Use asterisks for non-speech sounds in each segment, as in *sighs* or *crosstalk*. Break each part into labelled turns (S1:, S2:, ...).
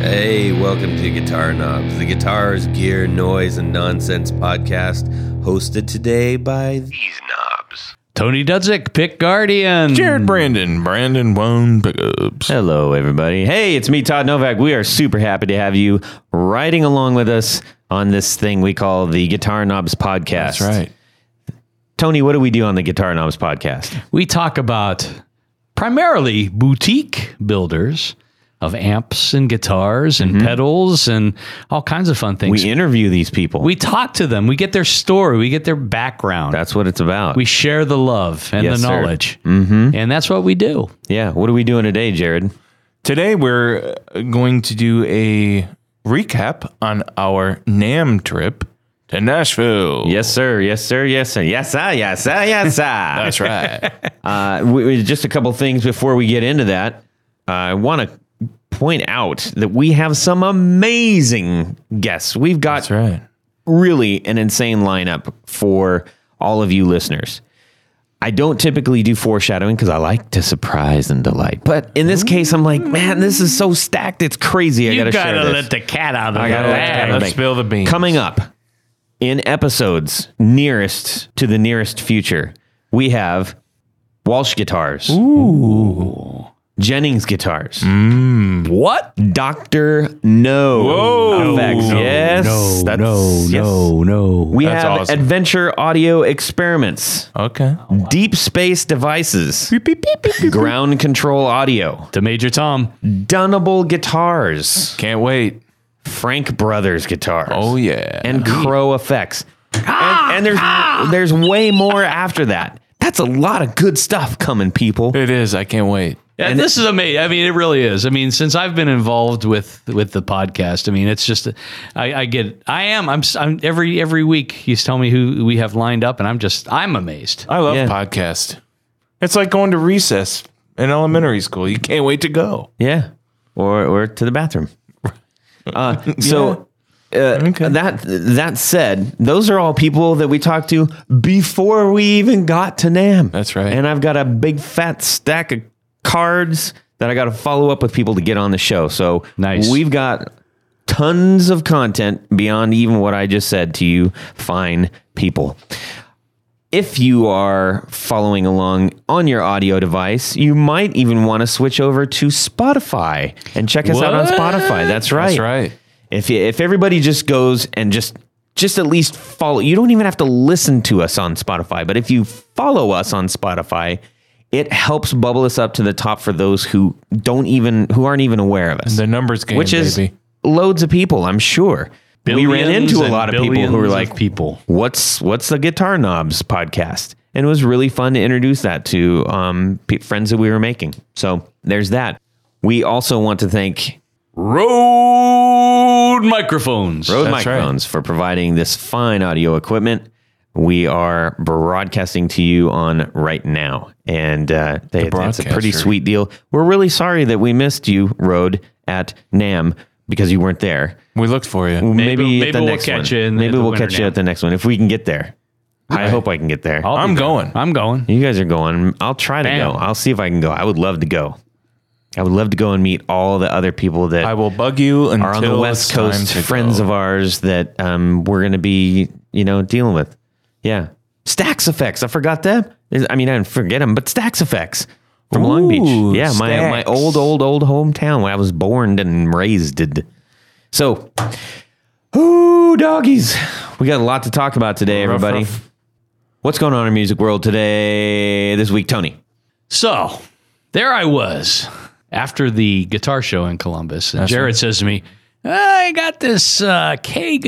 S1: Hey, welcome to Guitar Knobs, the guitars, gear, noise, and nonsense podcast, hosted today by these knobs.
S2: Tony Dudzik, Pick Guardian.
S3: Jared Brandon, Brandon Wone Pickups.
S4: Hello, everybody. Hey, it's me, Todd Novak. We are super happy to have you riding along with us on this thing we call the Guitar Knobs Podcast.
S3: That's right.
S4: Tony, what do we do on the Guitar Knobs Podcast?
S2: We talk about primarily boutique builders of amps and guitars and pedals and all kinds of fun things.
S4: Mm-hmm. We
S2: We,
S4: interview these people.
S2: talk to them, we get their story, we get their background.
S4: That's what it's about.
S2: we share the love and
S4: Yes,
S2: the
S4: sir.
S2: knowledge. Mm-hmm. And that's what we do.
S4: yeah. What are we doing today, Jared?
S3: Today we're uh, going to do a recap on our NAM trip to Nashville.
S4: Yes, sir. Yes, sir. Yes, sir. Yes, sir. Yes, sir. Yes,
S3: *laughs*
S4: sir.
S3: That's right.
S4: Uh, we, we- just a couple things before we get into that. Uh, I want to point out that we have some amazing guests. We've got
S3: That's right.
S4: really an insane lineup for all of you listeners. I don't typically do foreshadowing because I like to surprise and delight. But in this case, I'm like, man, this is so stacked. It's crazy. I gotta, share this.
S2: the cat out of
S4: I gotta let the cat out of
S3: Let's
S4: bag.
S3: spill the beans.
S4: Coming up in episodes nearest to the nearest future, we have Walsh guitars, Ooh. Jennings guitars,
S3: Mm.
S2: What?
S4: Doctor No,
S3: Whoa.
S4: effects.
S3: No,
S4: yes,
S2: no,
S4: that's-
S2: no,
S4: yes.
S2: no, no.
S4: We
S3: That's
S4: have
S3: awesome.
S4: adventure audio experiments.
S3: Okay.
S4: Deep space devices, ground control audio,
S2: To Major Tom.
S4: Dunnable guitars,
S3: Can't wait.
S4: Frank Brothers guitars,
S3: Oh, yeah.
S4: and Crow effects, and, and there's there's way more after that. That's a lot of good stuff coming, people.
S3: it is. I can't wait.
S2: Yeah, this is amazing. I mean, it really is. I mean, since I've been involved with with the podcast, I mean, it's just I, I get I am I'm, s am every every week he's telling me who we have lined up, and I'm just I'm amazed.
S3: I love
S4: Yeah.
S3: podcast. It's like going to recess in elementary school. You can't wait to go.
S4: Yeah, or or to the bathroom.
S3: *laughs*
S4: Uh, so. Uh, That that said, those are all people that we talked to before we even got to Nam.
S3: That's right.
S4: And I've got a big fat stack of cards that I got to follow up with people to get on the show. So
S2: Nice.
S4: We've got tons of content beyond even what I just said to you, fine people. If you are following along on your audio device, you might even want to switch over to Spotify and check us out on Spotify. That's right.
S3: That's right.
S4: If you, if everybody just goes and just just at least follow, you don't even have to listen to us on Spotify, but if you follow us on Spotify, it helps bubble us up to the top for those who don't even who aren't even aware of us.
S3: The numbers game,
S4: which is
S3: baby.
S4: loads of people, I'm sure. we ran
S2: Billions
S4: into a
S2: and
S4: lot of people who were
S2: billions
S4: like,
S2: of people.
S4: what's what's the guitar knobs podcast and it was really fun to introduce that to um, pe friends that we were making so there's that we also want to thank
S2: Road microphones.
S4: Rode
S3: That's right.
S4: Microphones for providing this fine audio equipment we are broadcasting to you on right now and uh, they, it's a pretty
S3: broadcaster.
S4: sweet deal we're really sorry that we missed you Rode at nam because you weren't there
S3: We looked for you.
S4: maybe,
S2: maybe
S4: at the
S2: we'll
S4: next
S2: catch
S4: one.
S2: you in the-
S4: maybe
S2: the
S4: we'll
S2: winter
S4: catch you
S2: NAMM.
S4: at the next one if we can get there i hope i can get there
S2: I'll be
S3: I'm
S2: there.
S3: going.
S2: I'm going.
S4: You guys are going. I'll try to
S2: Bam.
S4: go. I'll see if I can go. I would love to go. I would love to go and meet all the other people that
S3: I will bug you until
S4: are on the West
S3: it's time
S4: Coast,
S3: to
S4: friends
S3: go.
S4: of ours that um, we're going to be, you know, dealing with. Yeah. Stax Effects. I forgot them. Is- I mean, I didn't forget them, but Stax Effects from Long
S3: Ooh,
S4: Beach. Yeah, my, my
S3: Stax.
S4: old, old, old hometown where I was born and raised. So, ooh, doggies. We got a lot to talk about today,
S3: Ruff,
S4: everybody.
S3: ruff.
S4: What's going on in our music world today, this week, Tony?
S2: So there I was after the guitar show in Columbus. And Jared says to me, I got this uh, K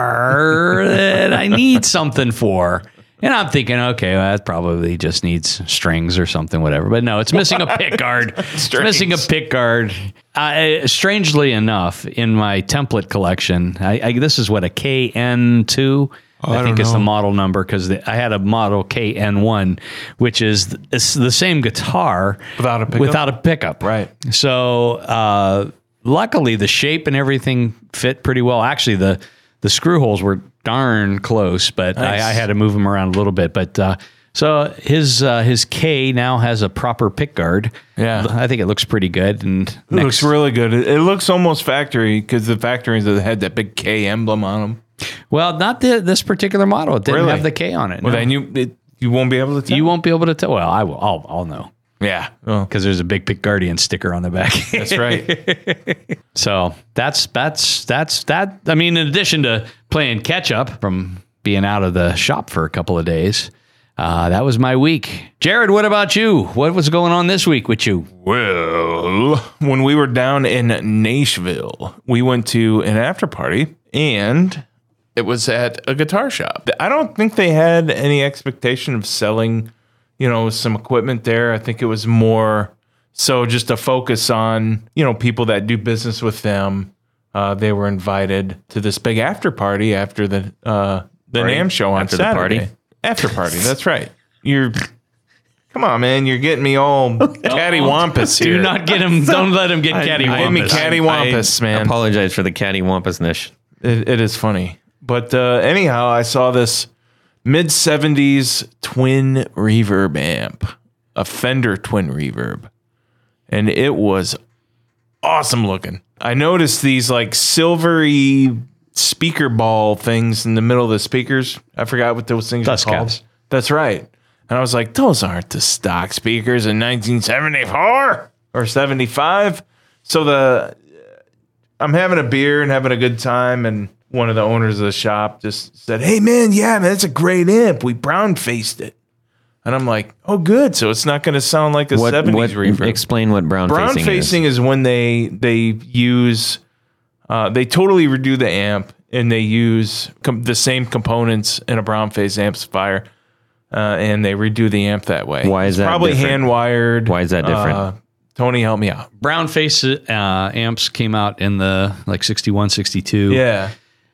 S2: guitar that I need something for. And I'm thinking, okay, well, that probably just needs strings or something, whatever. But no, it's missing a pick guard. it's missing a pick guard. I, strangely enough, in my template collection, I, I, this is what a KN2. I, think it's the model number because I had a model KN1, which is th- it's the same guitar
S3: Without a pickup?
S2: Without a pickup,
S3: Right.
S2: so uh, luckily, the shape and everything fit pretty well. Actually, the the screw holes were darn close, but I, I had to move them around a little bit. But uh, So his uh, his K now has a proper pick guard.
S3: Yeah.
S2: I think it looks pretty good. And
S3: It looks really good. It, it looks almost factory because the factories that had that big K emblem on them.
S2: well, not the, this particular model. It didn't
S3: Really?
S2: have the K on it.
S3: Well,
S2: no.
S3: then you it, you won't be able to tell.
S2: you won't be able to tell. Well, I will. I'll, I'll know
S3: yeah. Oh,
S2: because there's a big pick guardian sticker on the back.
S3: *laughs* that's right.
S2: So that's that's that's that. I mean, in addition to playing catch up from being out of the shop for a couple of days, uh, that was my week. Jared, what about you? What was going on this week with you?
S3: well, *laughs* when we were down in Nashville, we went to an after party and it was at a guitar shop. I don't think they had any expectation of selling, you know, some equipment there. I think it was more so just a focus on, you know, people that do business with them. Uh, they were invited to this big after party after the uh, the NAM show on
S4: After the
S3: Saturday.
S4: party?
S3: After party, that's
S4: *laughs*
S3: right. You're come on, man. You're getting me all
S4: *laughs*
S3: cattywampus here.
S2: Do not get him. don't let him get cattywampus.
S3: Get me cattywampus, man.
S4: Apologize for the cattywampusness.
S3: It, it is funny. But uh, anyhow, I saw this mid 70s twin reverb amp, a Fender twin reverb, and it was awesome looking. I noticed these like silvery speaker ball things in the middle of the speakers. I forgot what those things
S2: Dust
S3: are called.
S2: caps.
S3: That's right. And I was like, those aren't the stock speakers in 1974 or 75. So the I'm having a beer and having a good time, and one of the owners of the shop just said, "Hey man, yeah, man, that's a great amp. We brown faced it," and I'm like, "Oh, good. So it's not going to sound like a
S4: What,
S3: '70s
S4: what,
S3: reverb."
S4: explain what brown,
S3: brown
S4: facing,
S3: facing, is. when they they use uh, they totally redo the amp and they use com- the same components in a brown phase amplifier. Uh, and they redo the amp that way.
S4: Why is
S3: It's
S4: that
S3: probably
S4: different?
S3: hand wired?
S4: Why is that different?
S3: Tony, help me out.
S2: Brown face uh, amps came out in the like 61, 62.
S3: Yeah,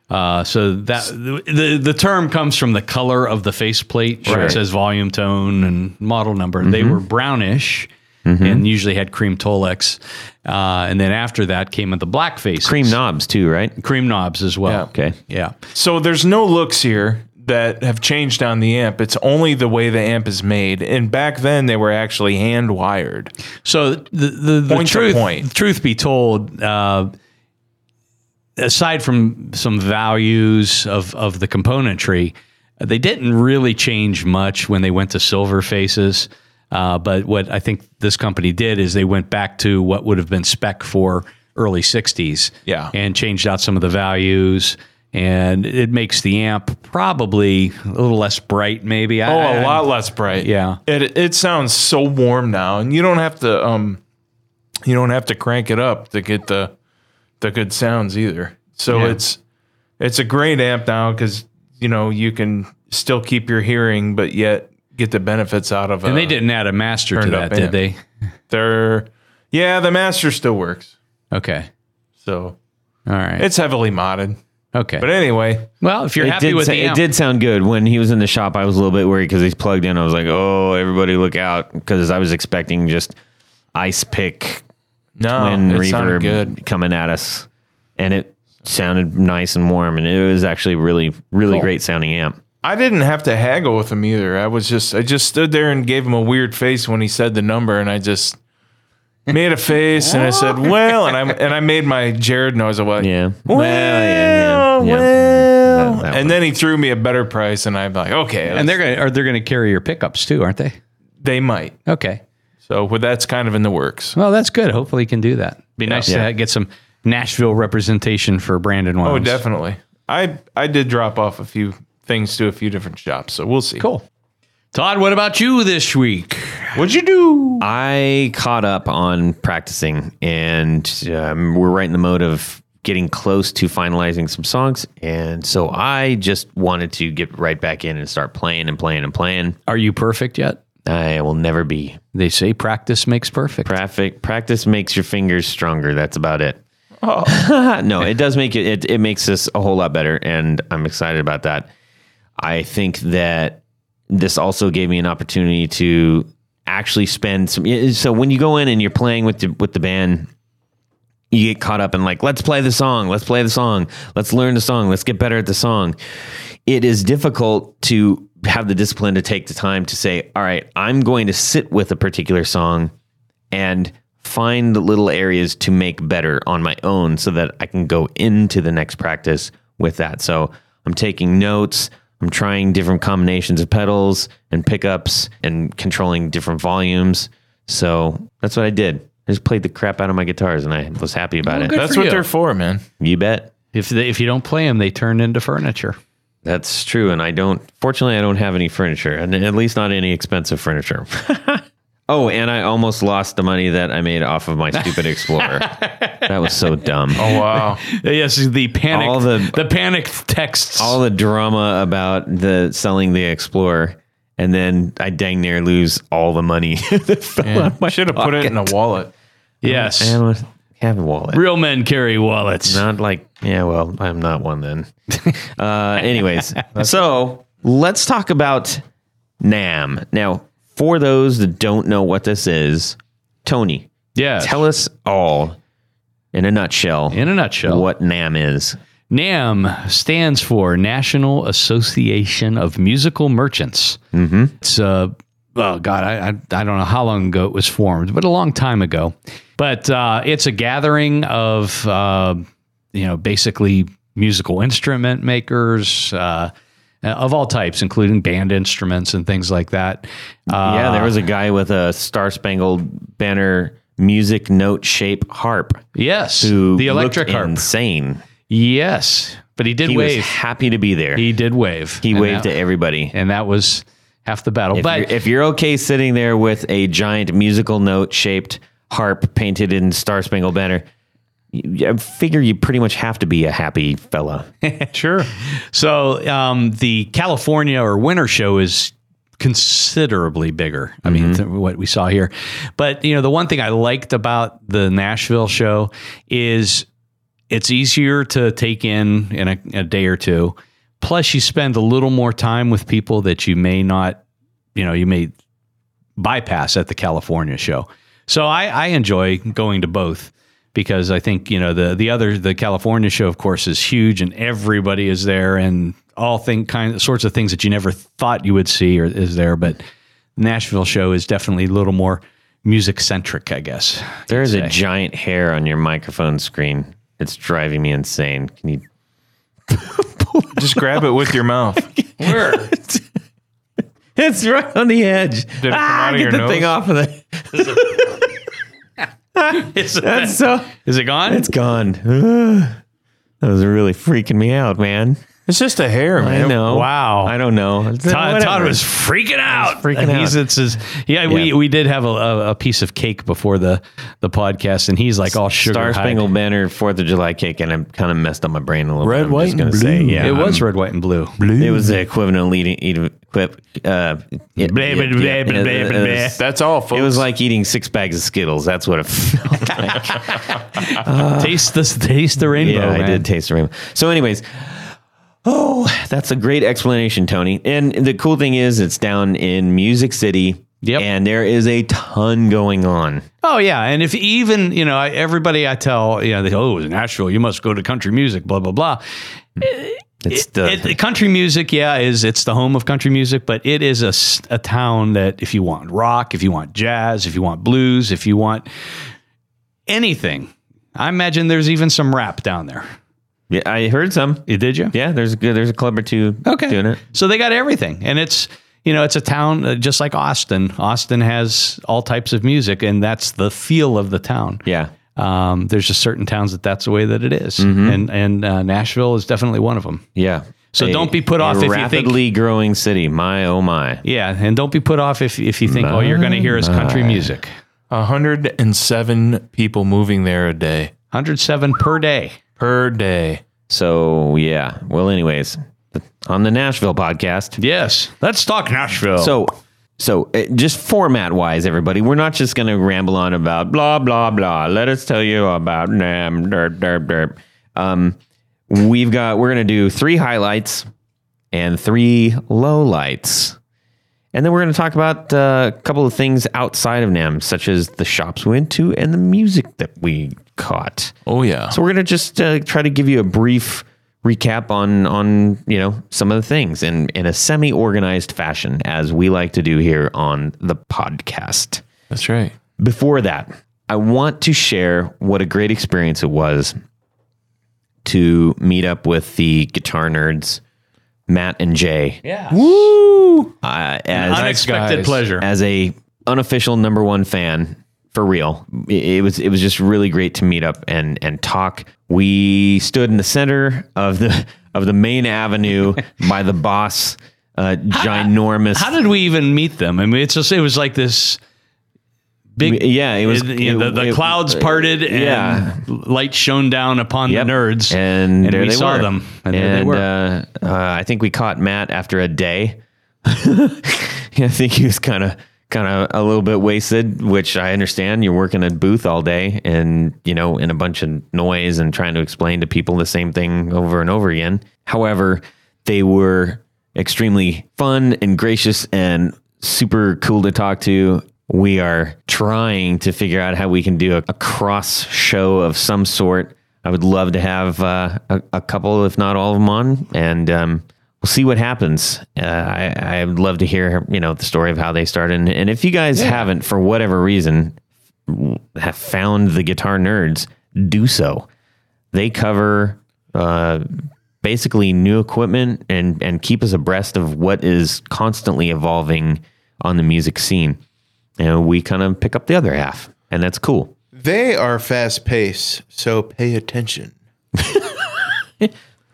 S2: Uh, so that the the term comes from the color of the faceplate. Sure. Mm-hmm. It says volume, tone, and model number. They were brownish and usually had cream Tolex. Uh, and then after that came the black face,
S4: Cream knobs too, right?
S2: cream knobs as well.
S4: Okay.
S2: Yeah.
S3: So there's no looks here that have changed on the amp. It's only the way the amp is made. And back then they were actually hand wired.
S2: So the the, the
S3: Point to
S2: truth,
S3: point.
S2: truth be told, uh, aside from some values of of the componentry, they didn't really change much when they went to silver faces. Uh, but what I think this company did is they went back to what would have been spec for early '60s,
S3: Yeah.
S2: and changed out some of the values. And it makes the amp probably a little less bright, maybe.
S3: Oh, a lot less bright.
S2: Yeah.
S3: It it sounds so warm now, and you don't have to um, you don't have to crank it up to get the the good sounds either. So it's it's a great amp now because you know you can still keep your hearing, but yet get the benefits out of. uh,
S2: And they didn't add a master to
S3: Turned up
S2: that, did
S3: amp.
S2: they?
S3: They're yeah, the master still works.
S2: Okay.
S3: So
S2: All right.
S3: it's heavily modded.
S2: okay.
S3: But anyway,
S2: Well, if you're
S4: It
S2: happy
S4: did,
S2: with
S4: sa-
S2: the
S4: it
S2: amp,
S4: did sound good when he was in the shop. I was a little bit worried because he's plugged in. I was like, "Oh, everybody, look out!" Because I was expecting just ice pick
S3: no,
S4: twin
S3: Oh, it sounded
S4: reverb
S3: good.
S4: coming at us, and it sounded nice and warm, and it was actually really, really great sounding amp.
S3: I didn't have to haggle with him either. I was just, I just stood there and gave him a weird face when he said the number, and I
S2: *laughs*
S3: just made a face and I said, "Well," and I and I made my Jared noise of like,
S4: Yeah.
S3: well,
S4: Well, yeah,
S3: well,
S4: yeah, yeah. That- that
S3: and
S4: one.
S3: then he threw me a better price, and I'm like, "Okay,"
S2: and they're gonna are they gonna carry your pickups too, aren't they?
S3: they might.
S2: Okay.
S3: So well, that's kind of in the works.
S2: Well, that's good. Hopefully, you can do that. Be nice
S4: Yeah.
S2: to get some Nashville representation for Brandon. Wiles.
S3: Oh, definitely. I I did drop off a few things to a few different shops, so we'll see.
S2: Cool. Todd, what about you this week?
S3: What'd you do?
S4: I caught up on practicing, and um, we're right in the mode of getting close to finalizing some songs. And so I just wanted to get right back in and start playing and playing and playing.
S2: Are you perfect yet?
S4: I will never be
S2: They say practice makes perfect.
S4: Practice practice makes your fingers stronger. That's about it. *laughs* no, it does make it, it. It makes us a whole lot better, and I'm excited about that. I think that this also gave me an opportunity to actually spend some. So when you go in and you're playing with the with the band, you get caught up in like, let's play the song, let's play the song, let's learn the song, let's get better at the song. It is difficult to have the discipline to take the time to say, all right, I'm going to sit with a particular song and find little areas to make better on my own so that I can go into the next practice with that. So I'm taking notes. I'm trying different combinations of pedals and pickups and controlling different volumes. So that's what I did. I just played the crap out of my guitars and I was happy about it.
S2: good.
S3: That's
S2: for
S3: what
S2: you.
S3: they're
S2: *laughs*
S3: for, man.
S4: You bet.
S2: If they, if you don't play them, they turn into furniture.
S4: That's true. And I don't, fortunately, I don't have any furniture, and at least not any expensive furniture. oh, and I almost lost the money that I made off of my stupid Explorer. that was so dumb.
S3: Wow.
S2: Uh, Yes, the panic.
S4: All the-
S2: the panic texts.
S4: All the drama about the selling the Explorer. And then I dang near lose all the money. *laughs* that fell out of my
S3: Should have put it in a wallet.
S2: yes,
S4: And I have a wallet.
S2: real men carry wallets.
S4: Not like, yeah, well, I'm not one *laughs* then. uh, *laughs* anyways, so let's talk about NAM. Now, for those that don't know what this is, Tony,
S2: yeah.
S4: tell us all in a nutshell
S2: in a nutshell,
S4: what NAM is.
S2: NAM stands for National Association of Musical Merchants. Mm-hmm. It's uh, oh god, I, I I don't know how long ago it was formed, but a long time ago. But uh, it's a gathering of uh, you know basically musical instrument makers uh, of all types, including band instruments and things like that. Uh,
S4: yeah, there was a guy with a star spangled banner music note shape harp.
S2: yes,
S4: who
S2: the electric
S4: looked
S2: harp.
S4: Insane.
S2: Yes, but he did
S4: He
S2: wave.
S4: was happy to be there. He,
S2: he did wave. And
S4: waved
S2: that-
S4: to everybody.
S2: and that was half the battle.
S4: If,
S2: but
S4: you're, if you're okay sitting there with a giant musical note shaped harp painted in Star Spangled Banner, you- I figure you pretty much have to be a happy
S3: *laughs*
S4: fella.
S2: Sure. So um, the California or winter show is considerably bigger. I mean, th- what we saw here. But, you know, the one thing I liked about the Nashville show is it's easier to take in in a, a day or two. Plus, you spend a little more time with people that you may not, you know, you may bypass at the California show. So I, I enjoy going to both because I think you know the the other the California show of course is huge and everybody is there and all thing kind sorts of things that you never thought you would see or is there. But Nashville show is definitely a little more music centric, I guess.
S4: There is a giant hair on your microphone screen. It's driving me insane. Can you?
S3: Just grab it with your
S4: *laughs*
S3: mouth. *laughs* Where? Did it
S4: It's right on the edge. Ah,
S3: come out of your
S4: get the
S3: nose?
S4: thing off of the. *laughs*
S2: Is,
S4: That's so.
S2: it gone?
S4: It's gone. *sighs* that was really freaking me out, man.
S3: It's just a hair, man.
S4: I know.
S2: wow.
S4: I don't know.
S2: Todd,
S4: Whatever.
S2: Todd was freaking out.
S4: freaking
S2: And He's,
S4: out.
S2: it's his, yeah, we
S4: Yeah.
S2: we did have a, a, a piece of cake before the the podcast, and he's like all sugar.
S4: Star
S2: high.
S4: Spangled Banner Fourth of July cake, and I kind of messed up my brain a little.
S3: Red,
S4: bit. I'm
S3: white,
S4: just
S3: and
S4: gonna
S3: blue.
S4: Say, yeah,
S2: It was red, white, and blue.
S4: It was the equivalent of leading, eating, equip, uh, yeah,
S2: Blah,
S4: yeah,
S2: blah, blah,
S4: yeah,
S2: blah,
S4: it
S2: blah,
S4: was-
S2: blah.
S3: That's all, folks.
S4: It was like eating six bags of Skittles. That's what
S2: *laughs*
S4: it felt like.
S2: taste this, taste the rainbow.
S4: Uh, yeah, I
S2: man.
S4: did taste the rainbow. So, anyways, oh, that's a great explanation, Tony. And the cool thing is, it's down in Music City.
S2: Yep.
S4: And there is a ton going on.
S2: Oh yeah, and if even you know I, everybody I tell, you know, they go, oh, it was Nashville. You must go to country music. Blah blah blah.
S4: It's the
S2: It, the country music, yeah, is it's the home of country music, but it is a, s- a town that if you want rock, if you want jazz, if you want blues, if you want anything, I imagine there's even some rap down there.
S4: yeah, I heard some.
S2: You- Did you?
S4: Yeah, there's a good, there's a club or two
S2: Okay.
S4: doing it.
S2: So they got everything, and it's you know it's a town uh, just like Austin. Austin has all types of music, and that's the feel of the town.
S4: Yeah.
S2: Um, there's just certain towns that that's the way that it is.
S4: Mm-hmm.
S2: and and uh, Nashville is definitely one of them.
S4: Yeah.
S2: So
S4: A-
S2: don't be put
S4: a
S2: off if you think-
S4: rapidly growing city. My oh my.
S2: Yeah, and don't be put off if if you think oh you're going to hear is country music.
S3: 107 people moving there a day.
S2: 107 per day.
S3: Per day.
S4: So yeah. Well, anyways, on the Nashville podcast.
S2: Yes, let's talk Nashville.
S4: So so uh, just format wise, everybody, we're not just going to ramble on about blah blah blah. Let us tell you about nam derp derp derp. Um, we've got we're going to do three highlights and three lowlights. And then we're going to talk about uh, a couple of things outside of NAM, such as the shops we went to and the music that we caught.
S3: Oh, yeah.
S4: So we're going to just uh, try to give you a brief recap on on you know some of the things in in a semi organized fashion as we like to do here on the podcast.
S3: That's right.
S4: Before that, I want to share what a great experience it was to meet up with the guitar nerds, Matt and Jay,
S2: Yeah.
S4: uh, as
S2: Unexpected
S3: guys.
S2: pleasure.
S4: as a unofficial number one fan for real. It, it was it was just really great to meet up and and talk. We stood in the center of the of the main
S2: *laughs*
S4: avenue by the boss, uh, ginormous.
S2: How did we even meet them? I mean, it's just it was like this big.
S4: yeah, it was
S2: you know, the, the
S4: it- uh,
S2: clouds parted and
S4: yeah.
S2: light shone down upon
S4: Yep.
S2: the nerds.
S4: and,
S2: and
S4: there
S2: we
S4: they
S2: saw
S4: were.
S2: them,
S4: And,
S2: and there they were.
S4: Uh, uh, I think we caught Matt after a day. *laughs* I think he was kind of kind of a little bit wasted, which I understand. You're working a booth all day, and you know, in a bunch of noise and trying to explain to people the same thing over and over again. However, they were extremely fun and gracious and super cool to talk to. We are trying to figure out how we can do a, a cross show of some sort. I would love to have uh, a, a couple, if not all of them, on, and um, we'll see what happens. Uh, I, I would love to hear, you know, the story of how they started, and, and if you guys haven't, for whatever reason, have found the guitar nerds, do so. They cover uh, basically new equipment and and keep us abreast of what is constantly evolving on the music scene, and we kind of pick up the other half, and that's cool.
S5: They are fast paced, so pay attention.
S4: *laughs*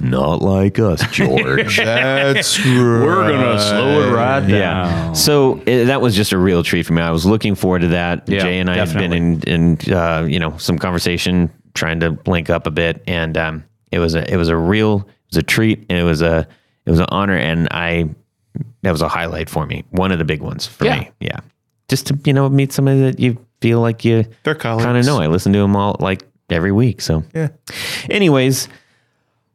S4: Not like us, George.
S5: *laughs* That's right.
S2: We're gonna slow it right down.
S4: Yeah. So it, that was just a real treat for me. I was looking forward to that. Jay and I have been in, in uh, you know, some conversation trying to link up a bit, and um, it was a it was a real it was a treat, and it was a it was an honor, and I that was a highlight for me, one of the big ones for me. Yeah, just to you know meet somebody that you feel like you
S5: They're colleagues.
S4: kind of know. I listen to them all like every week, so yeah. Anyways.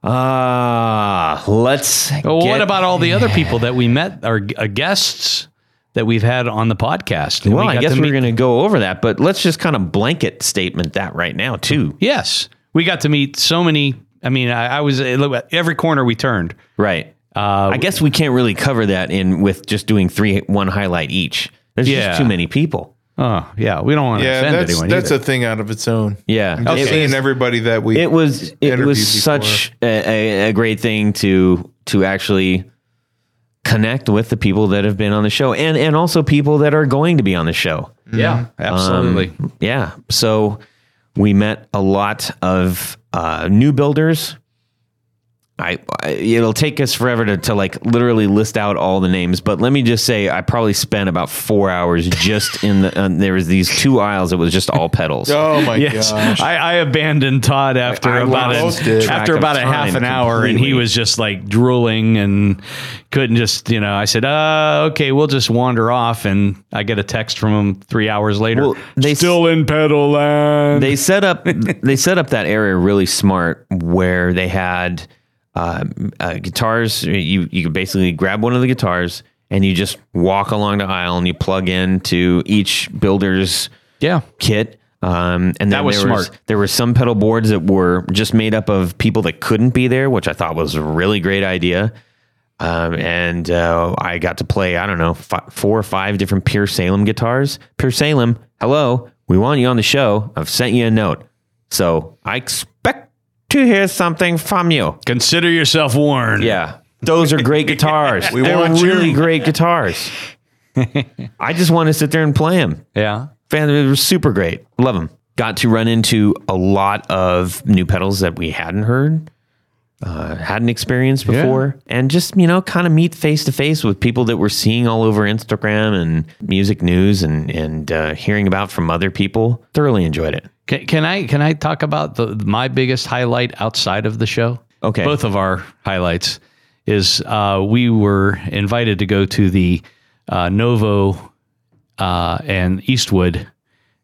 S4: Uh, let's.
S2: Well,
S4: get-
S2: what about all the other people that we met, our uh, guests that we've had on the podcast? And
S4: Well,
S2: we
S4: I
S2: got
S4: guess
S2: to
S4: we're
S2: meet-
S4: going to go over that, but let's just kind of blanket statement that right now too.
S2: Yes, we got to meet so many. I mean, I, I was every corner we turned.
S4: Right.
S2: Uh,
S4: I guess we can't really cover that in with just doing three one highlight each. There's
S2: Yeah.
S4: just too many people.
S2: Oh yeah, we don't want to
S5: Yeah,
S2: offend
S5: that's
S2: anyone.
S5: that's
S2: either.
S5: a thing out of its own.
S4: Yeah.
S5: I'm just
S4: It,
S5: seeing everybody that we.
S4: it was it
S5: Interview
S4: was
S5: before.
S4: such a, a, a great thing to to actually connect with the people that have been on the show and and also people that are going to be on the show.
S2: yeah,
S4: Mm-hmm.
S2: absolutely.
S4: Um, Yeah. So we met a lot of uh, new builders. I, I it'll take us forever to, to like literally list out all the names, but let me just say I probably spent about four hours just in the um, there was these two aisles that was just all
S3: *laughs*
S4: pedals.
S5: oh my
S2: Yes,
S5: gosh!
S2: I, I abandoned Todd after
S4: I
S2: about
S5: lost
S2: a,
S5: it.
S2: after
S4: track
S2: about a
S4: of
S2: half
S4: time
S2: an hour, and he
S4: completely.
S2: was just like drooling and couldn't just you know. I said, uh, okay, we'll just wander off, and I get a text from him three hours later.
S4: Well, they
S2: Still in pedal land.
S4: they set up they set up that area really smart where they had um, uh, guitars. You you could basically grab one of the guitars and you just walk along the aisle and you plug into each builder's
S2: Yeah,
S4: kit. Um, and then
S2: That was
S4: there
S2: smart.
S4: there were some pedal boards that were just made up of people that couldn't be there, which I thought was a really great idea. Um, and uh, I got to play, I don't know, fi four or five different Pure Salem guitars. Pure Salem, hello, we want you on the show. I've sent you a note. So I expect to hear something from you.
S2: consider yourself warned.
S4: Yeah. Those are great guitars.
S5: *laughs* We
S4: They're
S5: want you.
S4: really great
S5: *laughs*
S4: guitars. I just want to sit there and play them.
S2: yeah.
S4: Fan, they were super great. Love them. Got to run into a lot of new pedals that we hadn't heard, uh, hadn't experienced before, and just you know, kind of meet face to face with people that we're seeing all over Instagram and music news and and uh, hearing about from other people. Thoroughly enjoyed it.
S2: Can, can I can I talk about the my biggest highlight outside of the show?
S4: Okay.
S2: Both of our highlights is uh, we were invited to go to the uh, Novo uh, and Eastwood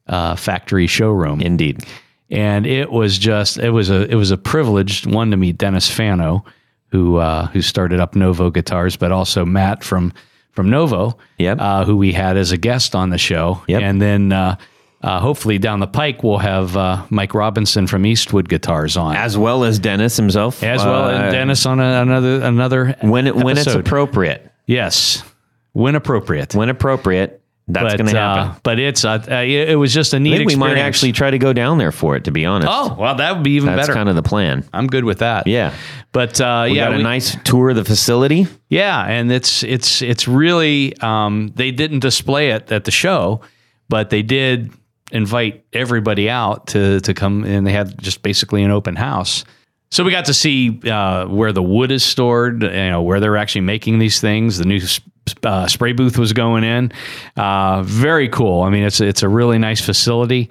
S2: uh, factory showroom,
S4: Indeed,
S2: and it was just it was a it was a privilege one to meet Dennis Fano, who uh, who started up Novo Guitars, but also Matt from from Novo,
S4: Yep.
S2: uh, who we had as a guest on the show,
S4: Yep.
S2: and then uh, Uh, hopefully, down the pike, we'll have uh, Mike Robinson from Eastwood Guitars on, as,
S4: as well as Dennis himself,
S2: well
S4: uh,
S2: as Dennis on a, another another
S4: When it, when it's
S2: episode.
S4: appropriate,
S2: yes, when appropriate.
S4: when appropriate, that's
S2: but
S4: going to happen.
S2: uh, but it's uh, uh, it it was just a neat.
S4: I think we might
S2: experience.
S4: actually try to go down there for it. To be honest,
S2: Oh well, that would be even
S4: that's
S2: better.
S4: kind of the plan.
S2: I'm good with that.
S4: Yeah,
S2: But uh,
S4: we
S2: yeah,
S4: got a
S2: we-
S4: nice tour of the facility.
S2: Yeah, and it's it's it's really um, they didn't display it at the show, but they did invite everybody out to to come, and they had just basically an open house. So we got to see uh, where the wood is stored, you know, where they're actually making these things. The new sp- uh, spray booth was going in, uh, very cool. I mean, it's it's a really nice facility,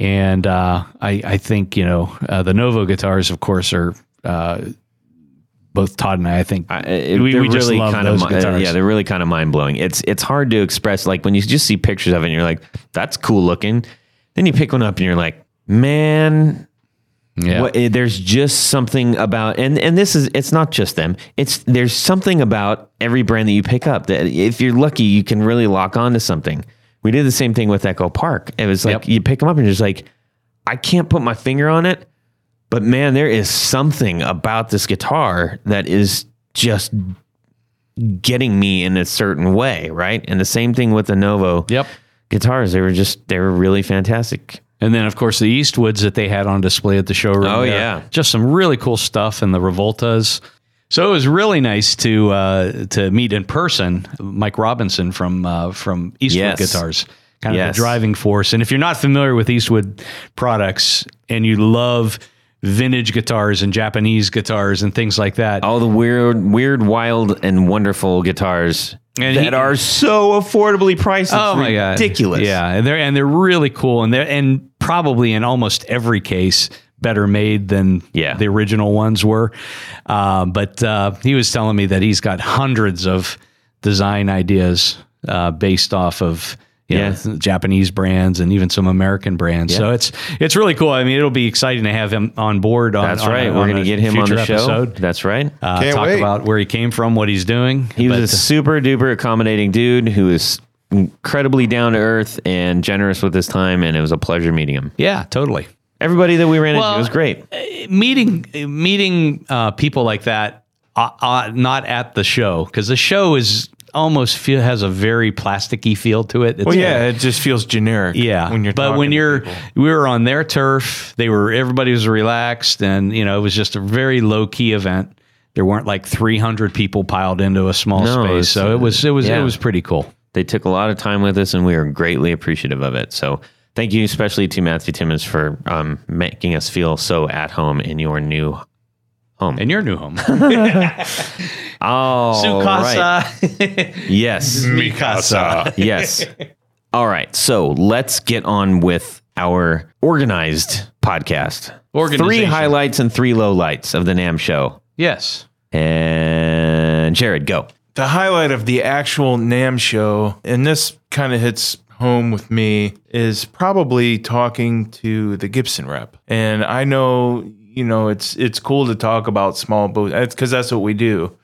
S2: and uh, I I think you know uh, the Novo guitars, of course, are. Uh, both Todd and I, I think
S4: I- it-
S2: we,
S4: they're
S2: we just love
S4: kind
S2: those
S4: of mi-
S2: guitars.
S4: yeah, they're really kind of mind blowing. It's it's hard to express. Like when you just see pictures of it, and you're like, "That's cool looking." Then you pick one up, and you're like, "Man,
S2: Yeah.
S4: what, eh, there's just something about." And and this is it's not just them. It's there's something about every brand that you pick up that if you're lucky, you can really lock onto something. We did the same thing with Echo Park. It was like
S2: Yep.
S4: you pick them up, and you're just like, "I can't put my finger on it." But man, there is something about this guitar that is just getting me in a certain way, right? And the same thing with the Novo
S2: Yep.
S4: guitars. They were just they were really fantastic.
S2: And then, of course, the Eastwoods that they had on display at the showroom.
S4: Oh,
S2: there.
S4: yeah.
S2: Just some really cool stuff and the Revoltas. So it was really nice to uh, to meet in person Mike Robinson from uh, from Eastwood
S4: Yes.
S2: Guitars, kind of
S4: Yes.
S2: the driving force. And if you're not familiar with Eastwood products and you love vintage guitars and Japanese guitars and things like that,
S4: All the weird, weird, wild, and wonderful guitars
S2: And
S4: *laughs* that
S2: he-
S4: are so affordably priced. It's
S2: oh my god,
S4: ridiculous.
S2: Yeah, and they're and they're really cool, and they're and probably in almost every case better made than
S4: Yeah.
S2: the original ones were. Uh, but uh, he was telling me that he's got hundreds of design ideas uh, based off of. You
S4: Yeah.
S2: know, Japanese brands and even some American brands. So it's it's really cool. I mean, it'll be exciting to have him on board. On,
S4: That's
S2: on a-
S4: right.
S2: on
S4: We're going
S2: a
S4: to get him on
S2: future
S4: the show.
S2: episode.
S4: That's right.
S2: Uh,
S5: Can't
S2: talk
S5: wait.
S2: about where he came from, what he's doing.
S4: he was
S2: But,
S4: a super duper accommodating dude who is incredibly down to earth and generous with his time. And it was a pleasure meeting him.
S2: yeah, totally.
S4: Everybody that we ran
S2: Well,
S4: into was great.
S2: Uh, meeting meeting uh, people like that uh, uh, not at the show because the show is almost feel has a very plasticky feel to it. It's
S3: Well, yeah, it just feels generic.
S2: yeah.
S3: when you're
S2: but
S3: talking
S2: when
S3: to
S2: you're
S3: people.
S2: we were on their turf, they were everybody was relaxed, and you know it was just a very low key event. There weren't like 300 people piled into a small
S4: No,
S2: space,
S4: it's,
S2: so it was it was
S4: yeah.
S2: it was pretty cool.
S4: They took a lot of time with us, and we are greatly appreciative of it. So, thank you, especially to Matthew Timmons, for um, making us feel so at home in your new.
S2: And your new
S4: *laughs*
S2: home,
S4: Oh, right.
S2: *laughs*
S4: yes,
S2: Mikasa.
S4: *laughs* yes. All right, so let's get on with our organized podcast. Three
S2: Organization.
S4: highlights and three lowlights of the Nam show.
S2: Yes,
S4: And Jared, go.
S3: the highlight of the actual NAM show, and this kind of hits home with me, is probably talking to the Gibson rep. And I know, you know, it's it's cool to talk about small boats because that's what we do.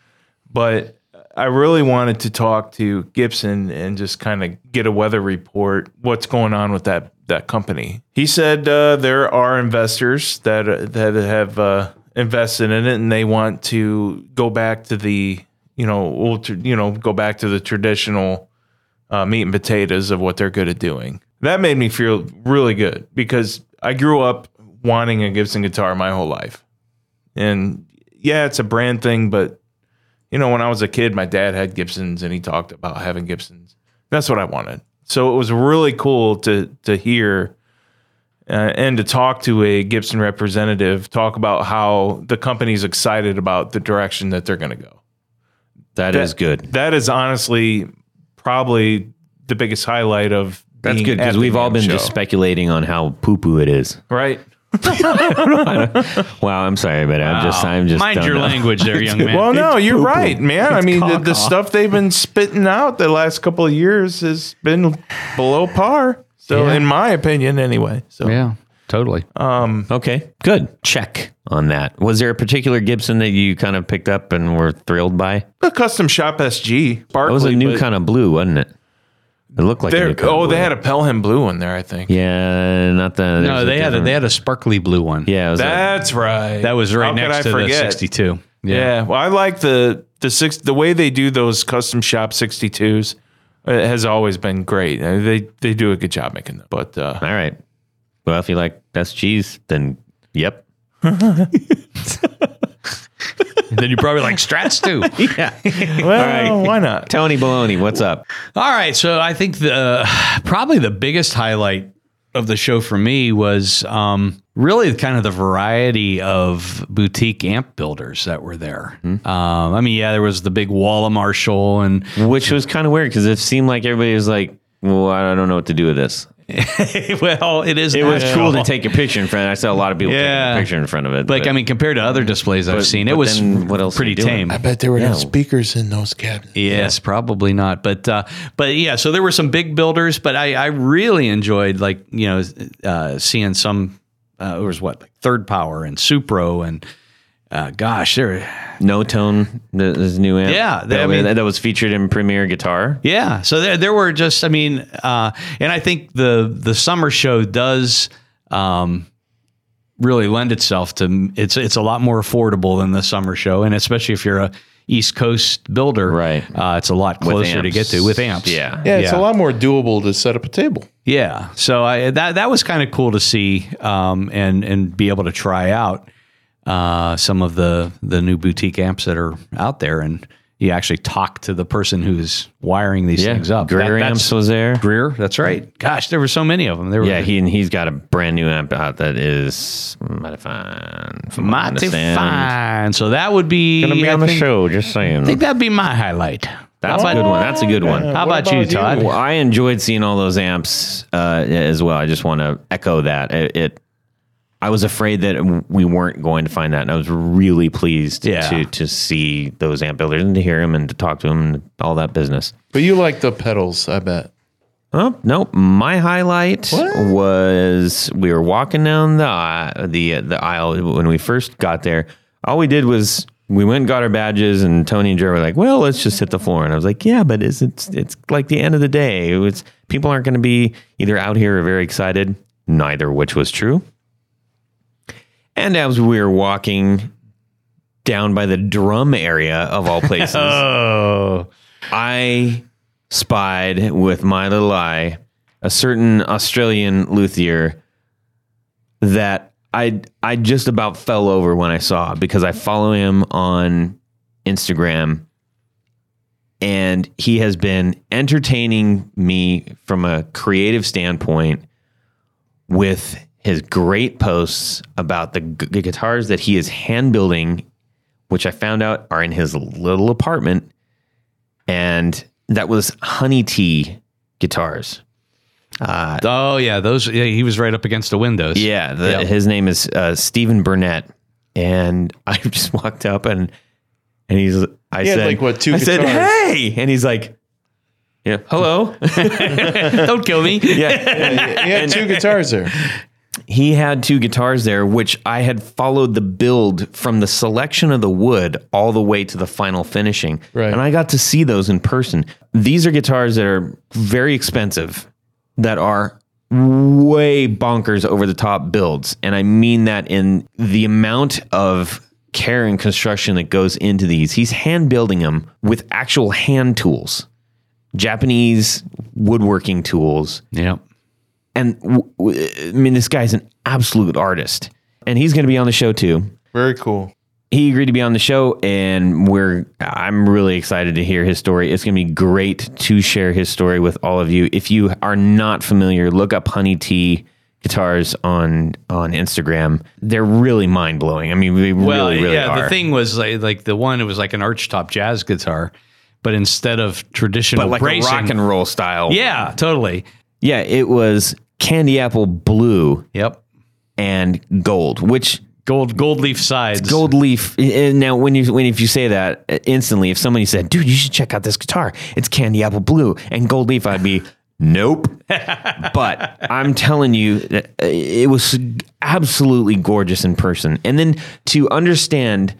S3: But I really wanted to talk to Gibson and just kind of get a weather report. What's going on with that that company? He said uh, there are investors that that have uh, invested in it, and they want to go back to the you know old, tr- you know go back to the traditional uh, meat and potatoes of what they're good at doing. That made me feel really good because I grew up wanting a Gibson guitar my whole life, and yeah, it's a brand thing, but you know, when I was a kid, my dad had Gibsons and he talked about having Gibsons. That's what I wanted. So it was really cool to to hear uh, and to talk to a Gibson representative talk about how the company's excited about the direction that they're going to go.
S4: that is good.
S3: That is honestly probably the biggest highlight of
S4: That's
S3: being
S4: good
S3: at
S4: because
S3: the
S4: we've all
S3: damn
S4: been
S3: show.
S4: just speculating on how poo poo it is.
S3: right.
S4: Wow, I'm sorry, but I'm just I'm just
S2: Oh, mind
S4: don't
S2: your
S4: know.
S2: language,
S4: *laughs*
S2: there, young man.
S3: Well, no, you're right, man. I mean, the, the stuff they've been spitting out the last couple of years has been below par. So, in my opinion, anyway. So,
S2: yeah, totally.
S4: Okay, good. Check on that. Was there a particular Gibson that you kind of picked up and were thrilled by?
S3: a custom shop SG.
S4: That
S3: Barkley,
S4: was a new
S3: but
S4: kind of blue, wasn't it? It looked like. a
S3: They're,
S4: New Coke
S3: oh, they
S4: Blue.
S3: had a Pelham blue one there, I think.
S4: Yeah, not the. there was
S2: No, they had a,
S4: different-
S2: they had a sparkly blue one.
S4: Yeah, it was a-
S3: That's right.
S2: that was right
S3: How could
S2: next
S3: I
S2: to
S3: forget?
S2: the sixty-two.
S3: Yeah. Well, I like the the six the way they do those custom shop 62s uh, has always been great. Uh, They they do a good job making them. But uh,
S4: all right. Well, if you like that's cheese, then
S2: *laughs*
S4: yep.
S2: then you're probably like strats too.
S3: well, why not?
S4: *laughs* Tony Baloney, what's up?
S2: *laughs* All right, so I think the probably the biggest highlight of the show for me was um, really kind of the variety of boutique amp builders that were there. Um, I mean, yeah, there was the big Walla Marshall, *laughs* and
S4: Which was kind of weird because it seemed like everybody was like, "Well, I don't know what to do with this."
S2: well, it is
S4: It was
S2: natural. *laughs*
S4: cool to take a picture in front. I saw a lot of people
S2: Yeah.
S4: taking a picture in front of it.
S2: Like,
S4: but-
S2: I mean, compared to other displays I've seen, it
S4: but
S2: was
S4: then what else are
S2: pretty
S4: you doing?
S2: tame.
S5: I bet there were
S4: No.
S5: no speakers in those cabinets.
S2: Yes, probably not. But uh, but yeah, so there were some big builders, but I, I really enjoyed like you know uh, seeing some. Uh, it was what like Third Power and Supro and uh, gosh, there.
S4: no tone. th- This new amp.
S2: Yeah, they-
S4: that,
S2: I
S4: was-
S2: mean-
S4: that was featured in Premiere Guitar.
S2: Yeah, so there there were just I mean, uh, and I think the the summer show does. Um, really lend itself to it's it's a lot more affordable than the summer show and especially if you're a east coast builder
S4: Right.
S2: uh, it's a lot
S4: with
S2: closer to
S4: amps.
S2: get to with amps
S4: Yeah,
S5: Yeah, it's
S2: Yeah.
S5: a lot more doable to set up a table.
S2: Yeah, so I that that was kind of cool to see um, and and be able to try out uh, some of the the new boutique amps that are out there, and you actually talk to the person who's wiring these
S4: yeah.
S2: things up.
S4: Greer
S2: That-
S4: amps
S2: that's-
S4: was there.
S2: Greer, that's right. Gosh, there were so many of them. There were
S4: Yeah, he and he's got a brand new amp out that is mighty fine. from what I
S2: mighty
S4: understand.
S2: fine. So that would be
S4: Gonna be
S2: I
S4: on the
S2: think,
S4: show. Just saying.
S2: I think that'd be my highlight.
S4: That's a
S2: How
S4: good
S2: about,
S4: one. That's a good one.
S2: how
S5: What
S2: about, you,
S5: about you?
S2: Todd?
S4: Well, I enjoyed seeing all those amps uh, as well. I just want to echo that. It, it, I was afraid that we weren't going to find that, and I was really pleased
S2: Yeah.
S4: to to see those amp builders and to hear them and to talk to them and all that business.
S5: But you like the pedals, I bet.
S4: Oh no! My highlight was we were walking down the i- the uh, the aisle when we first got there. All we did was we went and got our badges, and Tony and Jerry were like, "Well, let's just hit the floor." And I was like, "Yeah, but it's it's, it's like the end of the day. It's people aren't going to be either out here or very excited. Neither, which was true." And as we were walking down by the drum area of all places,
S2: Oh,
S4: I spied with my little eye a certain Australian luthier that I I just about fell over when I saw because I follow him on Instagram and he has been entertaining me from a creative standpoint with his great posts about the gu- guitars that he is hand building which I found out are in his little apartment and that was Honey Tea guitars.
S2: oh yeah, those. Yeah, he was right up against the windows.
S4: Yeah, the, his name is uh, Stephen Burnett, and *laughs* I just walked up and and he's I
S5: had,
S4: said
S5: like, what, two
S4: I said
S5: guitars.
S4: hey, and he's like, yeah, hello. *laughs*
S2: don't kill me.
S5: Yeah, you had two guitars there. *laughs*
S4: he had two guitars there, which I had followed the build from the selection of the wood all the way to the final finishing.
S5: Right.
S4: And I got to see those in person. These are guitars that are very expensive, that are way bonkers over the top builds. And I mean that in the amount of care and construction that goes into these. He's hand building them with actual hand tools, Japanese woodworking tools
S2: yeah.
S4: and w- w- I mean, this guy's an absolute artist, and he's going to be on the show too.
S5: Very cool.
S4: He agreed to be on the show, and we're I'm really excited to hear his story. It's going to be great to share his story with all of you. If you are not familiar, look up Honey Tea guitars on on Instagram. They're really mind blowing. I mean, they
S2: Well,
S4: really, really
S2: yeah,
S4: are.
S2: the thing was like, like the one it was like an archtop jazz guitar, but instead of traditional
S4: but like
S2: bracing,
S4: a rock and roll style.
S2: yeah, totally.
S4: yeah. It was candy apple blue
S2: Yep,
S4: and gold, which
S2: gold gold leaf sides.
S4: gold leaf. And now, when you when if you say that uh, instantly, if somebody said, "Dude, you should check out this guitar. It's candy apple blue and gold leaf," I'd be, "Nope." but I'm telling you, that, uh, it was absolutely gorgeous in person. And then to understand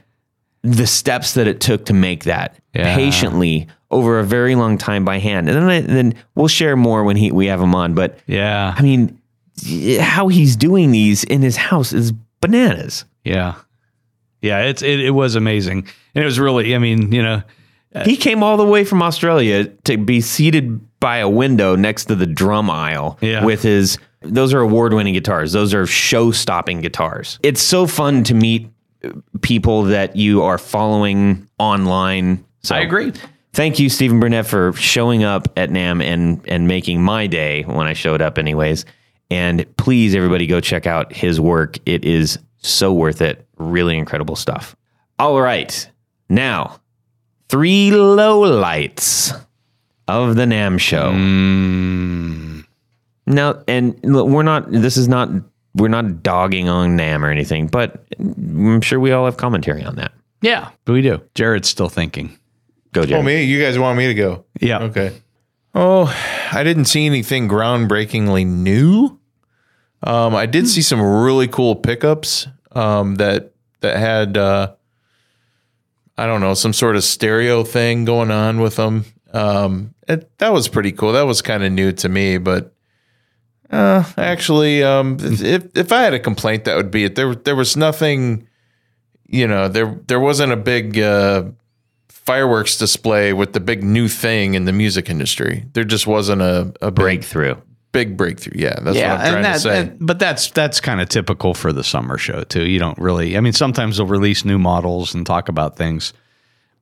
S4: the steps that it took to make that
S2: Yeah.
S4: patiently over a very long time by hand. And then I, then we'll share more when he we have him on. But
S2: Yeah.
S4: I mean, y- how he's doing these in his house is bananas.
S2: Yeah. Yeah, it's it, it was amazing. And it was really, I mean, you know,
S4: He came all the way from Australia to be seated by a window next to the drum aisle
S2: Yeah.
S4: with his those are award-winning guitars. Those are show-stopping guitars. It's so fun to meet uh, people that you are following online. So
S2: I agree.
S4: Thank you, Stephen Burnett, for showing up at NAM and and making my day when I showed up, anyways. And please, everybody, go check out his work. It is so worth it. Really incredible stuff. All right, now three low lights of the NAM show.
S2: Mm.
S4: Now, and look, we're not. This is not. We're not dogging on NAM or anything, but I'm sure we all have commentary on that.
S2: Yeah, we do. Jared's still thinking.
S4: Go,
S5: Oh,
S4: Jerry.
S5: me? You guys want me to go?
S2: Yeah.
S5: Okay. Oh, I didn't see anything groundbreakingly new. Um, I did see some really cool pickups um, that that had uh, I don't know some sort of stereo thing going on with them. Um, it, that was pretty cool. That was kind of new to me, but uh, actually, um, if if I had a complaint, that would be it. There there was nothing, you know there there wasn't a big. Uh, fireworks display with the big new thing in the music industry. There just wasn't a, a big,
S4: Breakthrough.
S5: big breakthrough. Yeah, that's what I'm trying
S2: and
S5: to
S2: that,
S5: say.
S2: and- but that's that's kind of typical for the summer show too. You don't really. I mean, sometimes they'll release new models and talk about things,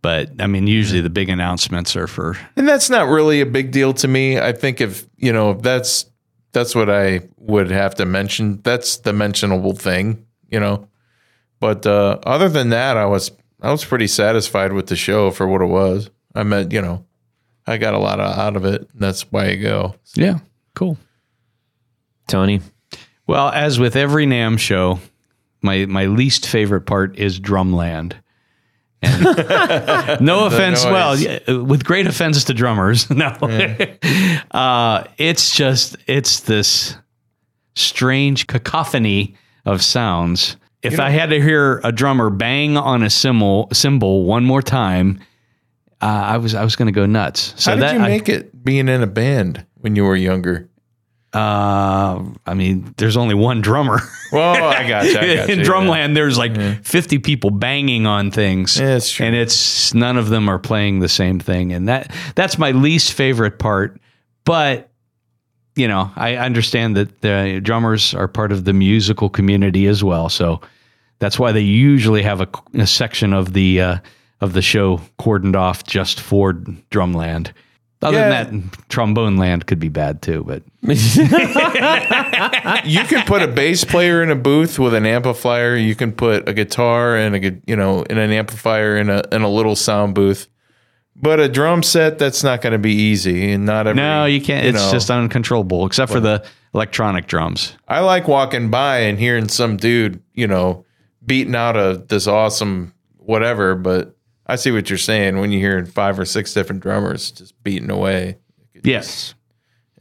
S2: but I mean,
S5: Mm-hmm.
S2: usually the big announcements are for
S5: and that's not really a big deal to me. I think if you know if that's that's what I would have to mention. That's the mentionable thing, you know. But uh, other than that, I was I was pretty satisfied with the show for what it was. I meant, you know, I got a lot out of it. And that's why I go.
S2: yeah, cool.
S4: Tony.
S2: Well, as with every Nam show, my my least favorite part is Drumland.
S5: *laughs*
S2: And no offense,
S5: noise.
S2: well, yeah, with great offense to drummers, *laughs* no, uh, it's just it's this strange cacophony of sounds. If I had to hear a drummer bang on a cymbal cymbal one more time, uh, I was I was going to go nuts. So
S5: How did
S2: that
S5: you
S2: I-
S5: make it being in a band when you were younger?
S2: uh, I mean, there's only one drummer. *laughs*
S5: Well, I got you. I got
S2: in
S5: you, yeah. Mm-hmm.
S2: drumland there's like 50 people banging on things
S5: Yeah, that's true.
S2: and it's none of them are playing the same thing and that that's my least favorite part but you know i understand that the drummers are part of the musical community as well so that's why they usually have a, a section of the uh, of the show cordoned off just for drumland other
S5: Yeah.
S2: than that trombone land could be bad too but
S5: you can put a bass player in a booth with an amplifier. You can put a guitar and a gu- you know in an amplifier in a in a little sound booth. But a drum set that's not going to be easy, and not every.
S2: no you can't it's
S5: know.
S2: just uncontrollable except for the electronic drums
S5: I like walking by and hearing some dude, you know, beating out a this awesome whatever. But I see what you're saying when you're hearing five or six different drummers just beating away.
S2: Yes.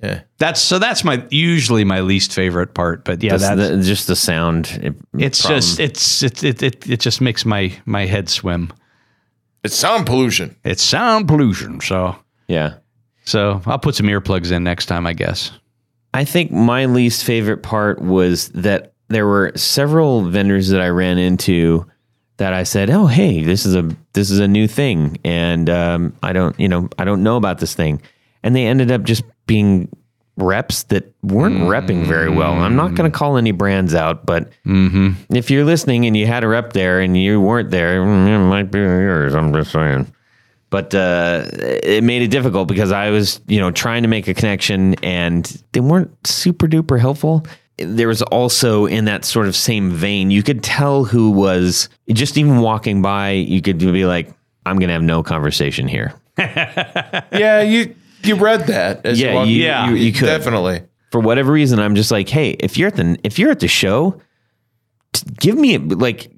S5: Yeah.
S2: That's so. That's my usually my least favorite part, but yeah,
S4: That's
S2: that's,
S4: the- just the sound. It-
S2: it's
S4: problem.
S2: just it's it, it it it just makes my my head swim.
S5: It's sound pollution.
S2: It's sound pollution, so
S4: yeah.
S2: so I'll put some earplugs in next time, I guess.
S4: I think my least favorite part was that there were several vendors that I ran into that I said, "Oh, hey, this is a this is a new thing, and um, I don't you know I don't know about this thing," and they ended up just being reps that weren't repping very well. I'm not going to call any brands out, but if you're listening and you had a rep there and you weren't there, mm, it might be yours. I'm just saying but uh, it made it difficult because I was, you know, trying to make a connection, and they weren't super duper helpful. There was also in that sort of same vein, you could tell who was just even walking by. You could be like, "I'm gonna have no conversation here."
S5: yeah, you you read that. As
S4: Yeah,
S5: walked-
S4: you- you- you could.
S5: definitely.
S4: For whatever reason, I'm just like, "Hey, if you're at the if you're at the show, t- give me like,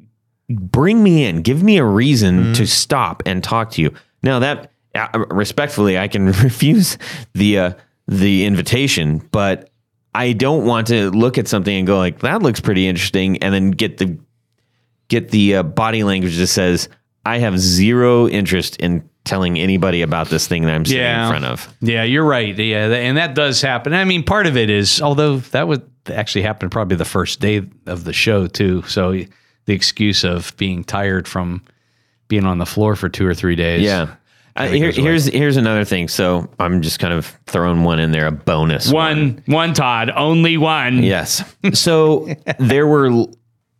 S4: bring me in, give me a reason to stop and talk to you." Now that uh, respectfully, I can *laughs* refuse the uh, the invitation, but I don't want to look at something and go like that looks pretty interesting, and then get the get the uh, body language that says I have zero interest in telling anybody about this thing that I'm sitting
S2: Yeah.
S4: in front of.
S2: Yeah, you're right. Yeah, tha- and that does happen. I mean, part of it is, although that would actually happen probably the first day of the show too. So the excuse of being tired from being on the floor for two or three days.
S4: Yeah. Uh, here, here's here's another thing. So I'm just kind of throwing one in there, a bonus.
S2: One, one, Todd, only one.
S4: Yes. So there were l-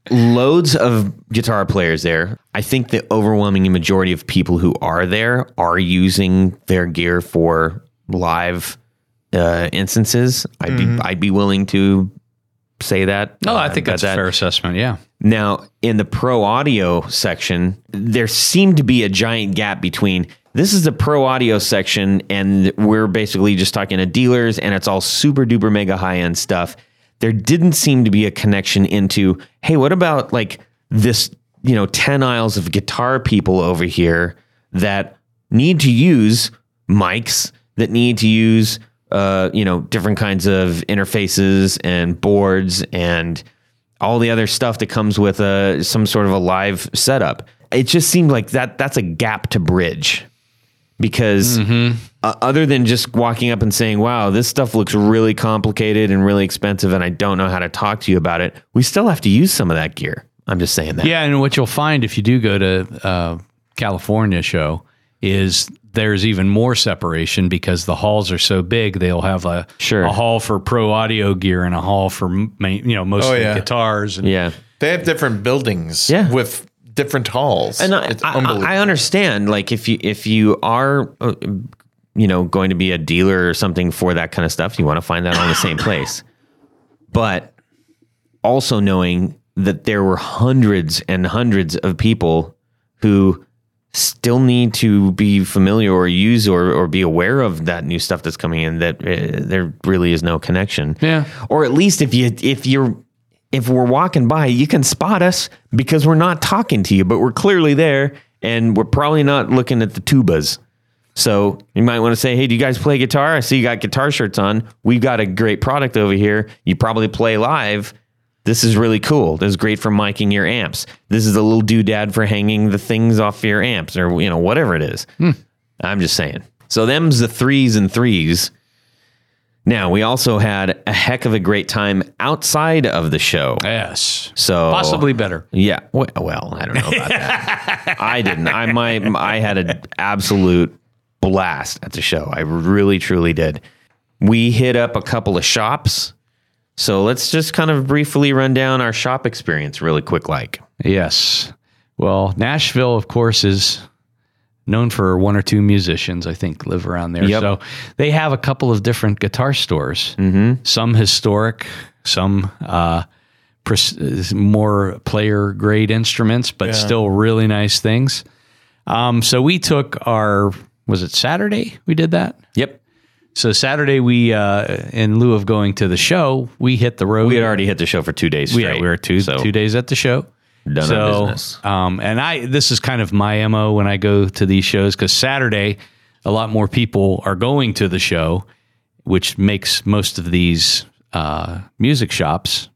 S4: loads of guitar players there. I think the overwhelming majority of people who are there are using their gear for live uh, instances. I'd be I'd be willing to say that.
S2: Mm-hmm. No,
S4: Uh,
S2: Oh, I think
S4: but
S2: that's a fair assessment. Yeah.
S4: Now, in the pro audio section, there seemed to be a giant gap between this is the pro audio section, and we're basically just talking to dealers, and it's all super duper mega high end stuff. There didn't seem to be a connection into, hey, what about like this, you know, 10 aisles of guitar people over here that need to use mics that need to use uh, you know different kinds of interfaces and boards and all the other stuff that comes with a some sort of a live setup. It just seemed like that that's a gap to bridge because uh, other than just walking up and saying, "Wow, this stuff looks really complicated and really expensive and I don't know how to talk to you about it." We still have to use some of that gear. I'm just saying that.
S2: Yeah, and what you'll find if you do go to uh, California show is there's even more separation because the halls are so big. They'll have a
S4: Sure.
S2: a hall for pro audio gear and a hall for m- main, you know most
S5: Oh,
S2: of the
S5: yeah.
S2: guitars. And
S4: Yeah.
S5: They have different buildings
S4: Yeah.
S5: with different halls.
S4: and I,
S5: it's
S4: I- I-
S5: unbelievable.
S4: I understand like if you if you are uh, you know going to be a dealer or something for that kind of stuff you want to find that on the
S5: *coughs*
S4: same place but also knowing that there were hundreds and hundreds of people who still need to be familiar or use or, or be aware of that new stuff that's coming in that uh, there really is no connection
S2: Yeah.
S4: or at least if you if you're if we're walking by you can spot us because we're not talking to you but we're clearly there and we're probably not looking at the tubas so you might want to say hey do you guys play guitar i see you got guitar shirts on we've got a great product over here you probably play live this is really cool. This is great for miking your amps. This is a little doodad for hanging the things off your amps or, you know, whatever it is. I'm just saying. So them's the threes and threes. Now, we also had a heck of a great time outside of the show.
S2: Yes.
S4: So
S2: Possibly better.
S4: Yeah. Well, well, I don't know about that.
S2: *laughs*
S4: I didn't. I my I had an absolute blast at the show. I really truly did. We hit up a couple of shops. So let's just kind of briefly run down our shop experience really quick like.
S2: Yes. Well, Nashville, of course, is known for one or two musicians, I think, live around there.
S4: Yep.
S2: So they have a couple of different guitar stores, mm-hmm. some historic, some uh, pres- more player grade instruments, but still really nice things. Um, so we took our, was it Saturday we did that?
S4: Yep.
S2: So Saturday, we, uh, in lieu of going to the show, we hit the road.
S4: We had already hit the show for 2 days
S2: Yeah,
S4: straight.
S2: we were two
S4: so
S2: two days at the show.
S4: Done
S2: so,
S4: our business.
S2: um, and I this is kind of my mo when I go to these shows because Saturday, a lot more people are going to the show, which makes most of these uh, music shops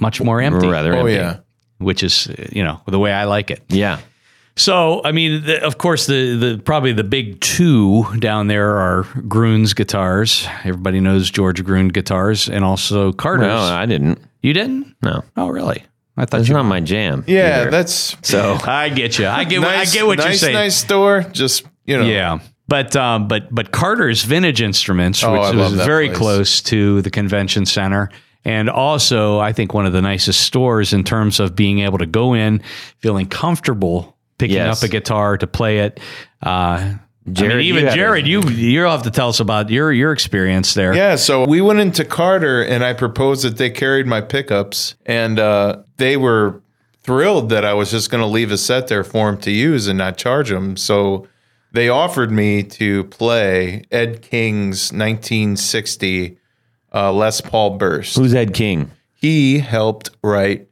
S2: much more empty,
S4: rather
S5: oh
S4: empty.
S5: yeah.
S2: which is you know the way I like it.
S4: Yeah.
S2: So, I mean, the, of course, the, the probably the big two down there are Groon's guitars. Everybody knows George Groon guitars, and also Carter's.
S4: No, I didn't.
S2: you didn't?
S4: No.
S2: Oh, really? I thought
S4: That's
S2: you.
S4: not my jam.
S5: Yeah,
S4: either.
S5: that's
S4: so
S2: *laughs* I get you. I get. what I
S5: nice,
S2: get what
S5: nice,
S2: you're saying.
S5: Nice store, just you know.
S2: Yeah, but um, but but Carter's Vintage Instruments,
S5: Oh, I
S2: which was
S5: love that
S2: very
S5: place.
S2: close to the convention center, and also I think one of the nicest stores in terms of being able to go in, feeling comfortable picking
S4: Yes.
S2: up a guitar to play it. Uh, I
S4: Jared,
S2: mean,
S4: you
S2: even
S4: had a-
S2: Jared, you you'll have to tell us about your your experience there.
S5: Yeah, so we went into Carter and I proposed that they carried my pickups, and uh, they were thrilled that I was just going to leave a set there for them to use and not charge them. So they offered me to play Ed King's 1960 uh, Les Paul Burst.
S4: who's Ed King?
S5: He helped write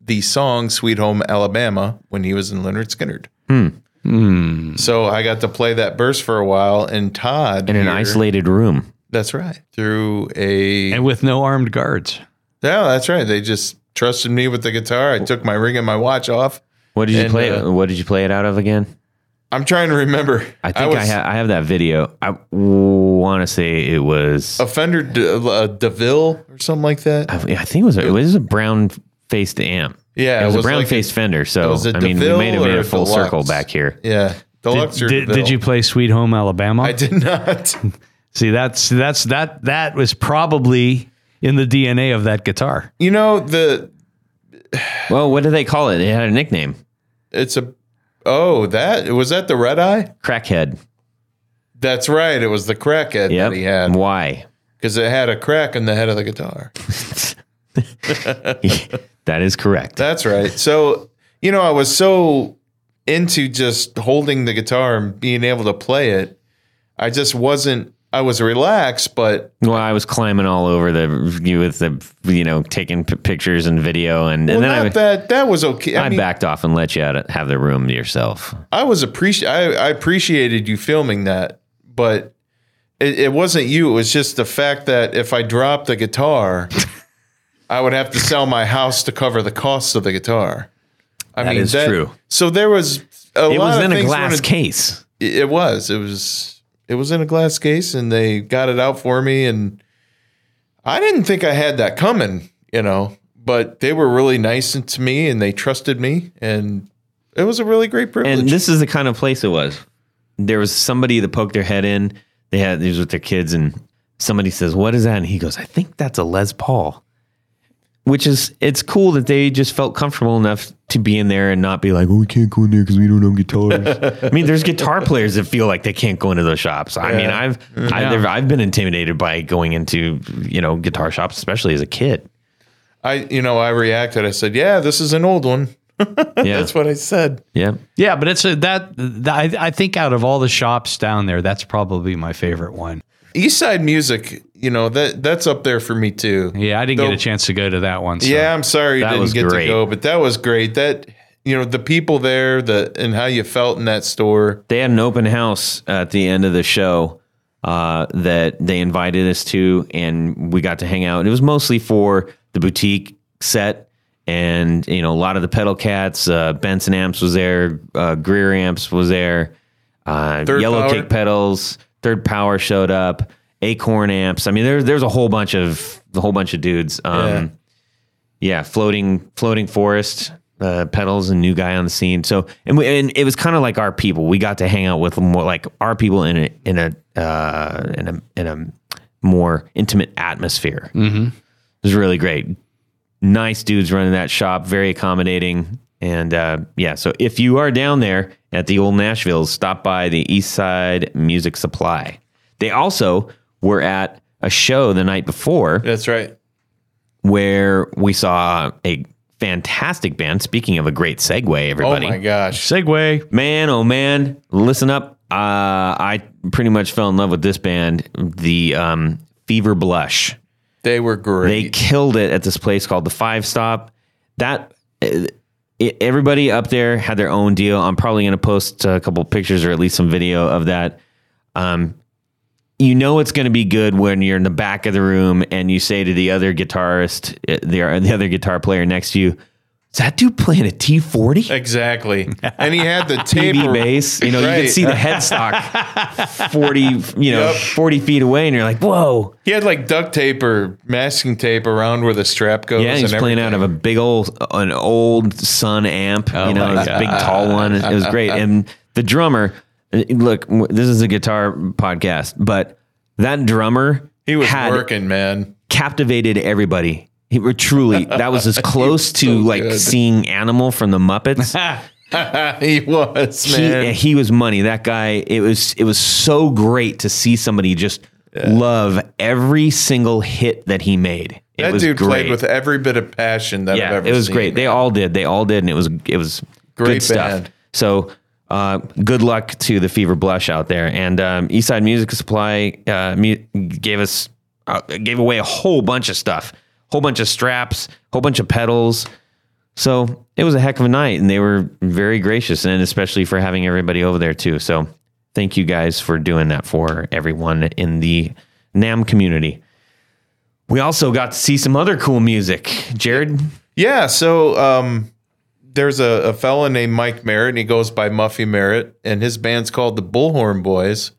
S5: the song Sweet Home Alabama when he was in Leonard Skinnerd. So I got to play that burst for a while, and Todd
S4: In an
S5: here-
S4: isolated room.
S5: That's right. Through a
S2: and with no armed guards.
S5: yeah, that's right. They just trusted me with the guitar. I took my ring and my watch off.
S4: What did you
S5: And,
S4: play?
S5: uh,
S4: what did you play it out of again?
S5: I'm trying to
S2: *laughs*
S5: remember.
S4: I think I,
S5: was
S4: ha- I have that video. I want to say it was.
S5: offender De, uh, Deville or something like that.
S4: I I think it was. A, it was a brown faced amp.
S5: Yeah,
S4: it
S5: it
S4: was,
S5: was
S4: a brown
S5: like a-
S4: faced fender. So
S5: was a
S4: I mean, we made it
S5: DeVille
S4: made
S5: or
S4: a full
S5: Deluxe?
S4: circle back here.
S5: Yeah, deluxe or
S2: Did,
S5: Deville.
S2: did you play Sweet Home Alabama?
S5: I did not. *laughs*
S2: See, that's that's that that was probably in the DNA of that guitar.
S5: You know the
S4: Well, what do they call it? It had a nickname,
S5: it's a oh that was that the red eye.
S4: crackhead.
S5: That's right. It was the E crackhead
S4: Yep.
S5: that he had
S4: Why?
S5: because it had a crack in the head of the guitar.
S4: that is correct.
S5: That's right. So, you know, I was so into just holding the guitar and being able to play it. I just wasn't, I was relaxed, but
S4: Well, I was climbing all over the you with the you know taking p- pictures and video, and,
S5: well,
S4: and then I,
S5: not that, that was okay. I,
S4: I
S5: mean,
S4: backed off and let you out, have the room to yourself.
S5: I was appreci I, I appreciated you filming that, but it, it wasn't you. It was just the fact that if I dropped the
S4: *laughs*
S5: guitar, I would have to sell my house to cover the cost of the guitar. I mean,
S4: is true.
S5: So there was a
S4: It
S5: lot
S4: was
S5: of
S4: in a
S5: things
S4: glass
S5: wanted-
S4: case.
S5: it it was it was it was in a glass case and they got it out for me and i didn't think i had that coming you know but they were really nice to me and they trusted me and it was a really great privilege
S4: And this is the kind of place it was. There was somebody that poked their head in. They had these with their kids, and somebody says, "What is that?" And he goes, "I think that's a Les Paul." Which is, it's cool that they just felt comfortable enough to be in there and not be like, "Oh, we can't go in there because we don't have guitars." I mean, there's guitar players that feel like they can't go into those shops. I mean, I've I, there- I've been intimidated by going into you know guitar shops, especially as a kid.
S5: i you know i reacted i said yeah this is an old one
S4: Yeah,
S5: that's what i said
S4: yeah.
S2: Yeah, but it's a, that th- I, I think out of all the shops down there, that's probably my favorite one.
S5: east side music you know that that's up there for me too
S2: Yeah, I didn't
S5: Though-
S2: get a chance to go to that one. So.
S5: Yeah, I'm sorry you
S4: That was
S5: didn't get
S4: great.
S5: to go, but that was great. That you know the people there, the and how you felt in that store.
S4: they had an open house at the end of the show uh, that they invited us to, and we got to hang out. It was mostly for the boutique set, and you know, a lot of the pedal cats. Uh, Benson amps was there, uh, Greer amps was there, uh,
S5: Third
S4: Yellow
S5: Power.
S4: Cake pedals, Third Power showed up, Acorn amps. I mean, there's there's a whole bunch of the whole bunch of dudes. Um,
S5: Yeah.
S4: yeah, floating floating forest uh, pedals and new guy on the scene. So and we, and it was kind of like our people. We got to hang out with more like our people in a in a uh, in a in a more intimate atmosphere. Mm-hmm. It was really great. Nice dudes running that shop, very accommodating. And uh, yeah, so if you are down there at the old Nashville, stop by the East Side Music Supply. They also were at a show the night before
S5: That's right.
S4: where we saw a fantastic band. Speaking of a great segue,
S5: Oh
S4: everybody,
S5: my gosh.
S2: Segway.
S4: man, oh man, listen up. Uh, I pretty much fell in love with this band, the um, Fever Blush.
S5: They were great.
S4: They killed it at this place called the Five Stop. That uh, it, everybody up there had their own deal. I'm probably going to post a couple pictures or at least some video of that. Um, you know it's going to be good when you're in the back of the room and you say to the other guitarist, uh, the, the other guitar player next to you, "Is that dude playing a T40?" *laughs*
S5: Exactly. And he had the
S4: TV
S5: taper.
S4: bass. You know, you
S5: Right.
S4: could see the headstock 40, you know,
S5: Yep.
S4: 40 feet away, and you're like, whoa.
S5: He had like duct tape or masking tape around where the strap goes.
S4: Yeah, he was
S5: and
S4: playing out
S5: everything.
S4: of
S5: Oh
S4: a big old an old Sun amp. you know,
S2: my
S4: this big tall one. It was great. And the drummer, uh, look, w- this is a guitar podcast, but that drummer
S5: He was
S4: had
S5: working, man.
S4: captivated everybody. He were truly that
S5: *laughs*
S4: was as close to like
S5: good.
S4: seeing Animal from the
S5: *laughs*
S4: Muppets.
S5: He was, man.
S4: he, he was money. That guy. It was it was so great to see somebody just love every single hit that he made. It
S5: that
S4: was
S5: dude
S4: great.
S5: played with every bit of passion that I've
S4: yeah,
S5: ever
S4: it was
S5: seen.
S4: great. They all did. They all did, and it was it was
S5: Great
S4: good stuff.
S5: band.
S4: So. Uh, good luck to the Fever Blush out there, and um, Eastside Music Supply uh, mu- gave us uh, gave away a whole bunch of stuff, whole bunch of straps, whole bunch of pedals. So it was a heck of a night, and they were very gracious, and especially for having everybody over there too. So thank you guys for doing that for everyone in the Nam community. We also got to see some other cool music, Jared.
S5: Yeah, so um, there's a, a fella named Mike Merritt, and he goes by Muffy Merritt, and his band's called the Bullhorn Boys.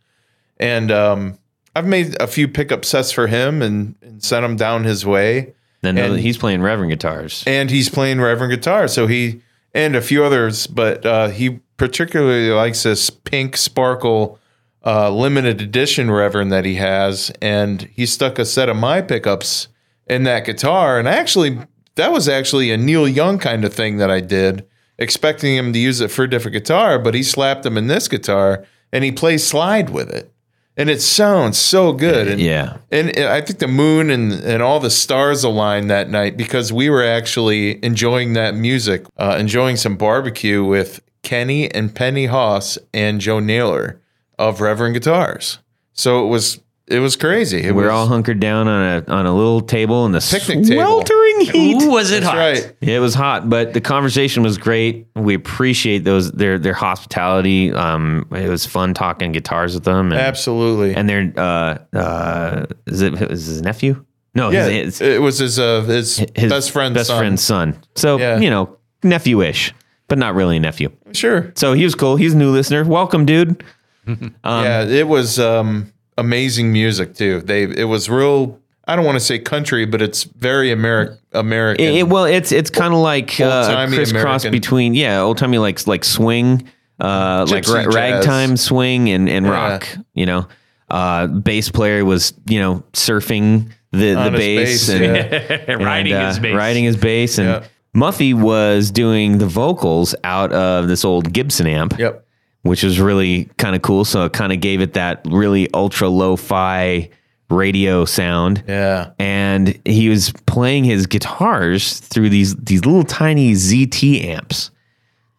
S5: And um, I've made a few pickup sets for him and, and sent him down his way.
S4: Then
S5: And-
S4: he's playing Reverend guitars.
S5: And he's playing Reverend guitar, so he and a few others, but uh, he particularly likes this pink sparkle uh, limited edition Reverend that he has, and he stuck a set of my pickups in that guitar. And I actually, that was actually a Neil Young kind of thing that I did, expecting him to use it for a different guitar, but he slapped them in this guitar and he plays slide with it. And it sounds so good. And
S4: Yeah.
S5: and and I think the moon and, and all the stars aligned that night because we were actually enjoying that music, uh, enjoying some barbecue with Kenny and Penny Haas and Joe Naylor of Reverend Guitars. So it was it was crazy. It
S4: We're
S5: was
S4: all hunkered down on a on a little table in the
S5: Picnic table.
S4: sweltering heat.
S2: Ooh, was it hot?
S5: that's right.
S4: It was hot, but the conversation was great. We appreciate those their their hospitality. Um, it was fun talking guitars with them, and,
S5: Absolutely.
S4: and their uh, uh, is it is his nephew? No,
S5: yeah,
S4: his, his,
S5: it was his uh, his,
S4: his
S5: best friend's
S4: best
S5: son.
S4: friend's son. So
S5: Yeah.
S4: you know, nephew-ish, but not really a nephew.
S5: Sure.
S4: So he was cool. He's a new listener. Welcome, dude.
S5: yeah, it was um, amazing music too. They it was real. I don't want to say country, but it's very Ameri- American.
S4: It, it- well, it's it's kind of like uh, a
S5: Old-timey
S4: crisscross
S5: American.
S4: between yeah, old timey like like swing, uh, like
S5: Gypsy
S4: ra-
S5: jazz.
S4: ragtime swing and and rock. You know, uh, bass player was you know surfing the
S5: On
S4: the
S5: his
S4: bass,
S5: bass,
S4: and,
S5: yeah.
S2: *laughs*
S4: and,
S2: riding
S4: uh,
S2: his bass.
S4: riding his bass, and
S5: Yeah.
S4: Muffy was doing the vocals out of this old Gibson amp
S5: yep.
S4: which was really kind of cool. So it kind of gave it that really ultra lo fi radio sound.
S5: Yeah.
S4: And he was playing his guitars through these these little tiny ZT amps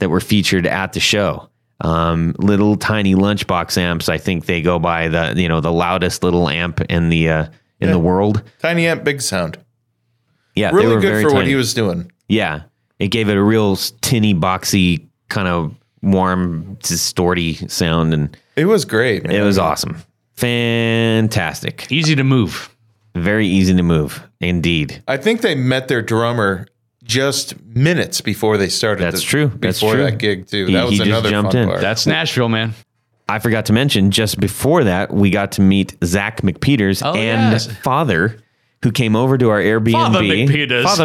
S4: that were featured at the show. Um, little tiny lunchbox amps. I think they go by the you know the loudest little amp in the uh, in the world.
S5: Tiny amp, big sound.
S4: Yeah,
S5: really good
S4: very
S5: for what
S4: tiny.
S5: he was doing.
S4: Yeah, it gave it a real s- tinny, boxy kind of warm, distorty sound, and
S5: It was great. man.
S4: It was awesome. Fantastic.
S2: Easy to move.
S4: Very easy to move. Indeed.
S5: I think they met their drummer just minutes before they started.
S4: That's true.
S5: Before
S4: That's true.
S5: that gig too.
S4: He-
S5: that was
S4: he just
S5: another
S4: jumped
S5: fun
S4: in.
S5: part.
S2: That's Nashville, man.
S4: I forgot to mention just before that, we got to meet Zach McPeters
S2: Oh,
S4: and
S2: yes.
S4: father who came over to our Airbnb.
S2: Father McPeters.
S4: Father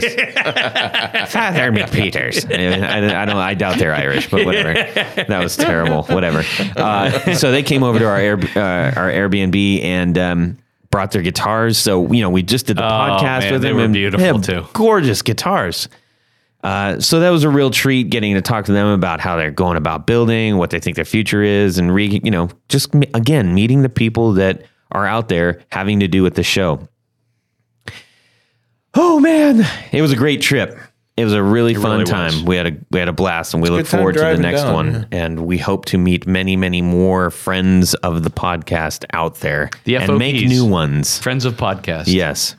S2: *laughs*
S4: *laughs* Father McPeters. I, I don't. I doubt they're Irish,
S2: *laughs*
S4: but whatever. That was terrible. Whatever. Uh, so they came over to our Air, uh, our Airbnb and um, brought their guitars. So you know, we just did the podcast
S2: Oh, man,
S4: with
S2: they
S4: them.
S2: were
S4: and
S2: beautiful,
S4: they have
S2: too.
S4: Gorgeous guitars. Uh, so that was a real treat getting to talk to them about how they're going about building, what they think their future is, and re, you know, just me- again meeting the people that are out there having to do with the show. Oh man, it was a great trip. It was a really fun
S2: really
S4: time.
S2: was.
S4: We had a we had a blast, and we look
S5: good time
S4: forward to the
S5: driving
S4: next
S5: down,
S4: one.
S5: yeah.
S4: And we hope to meet many, many more friends of the podcast out there
S2: The
S4: and make
S2: FOPs.
S4: new ones.
S2: Friends of podcast.
S4: Yes.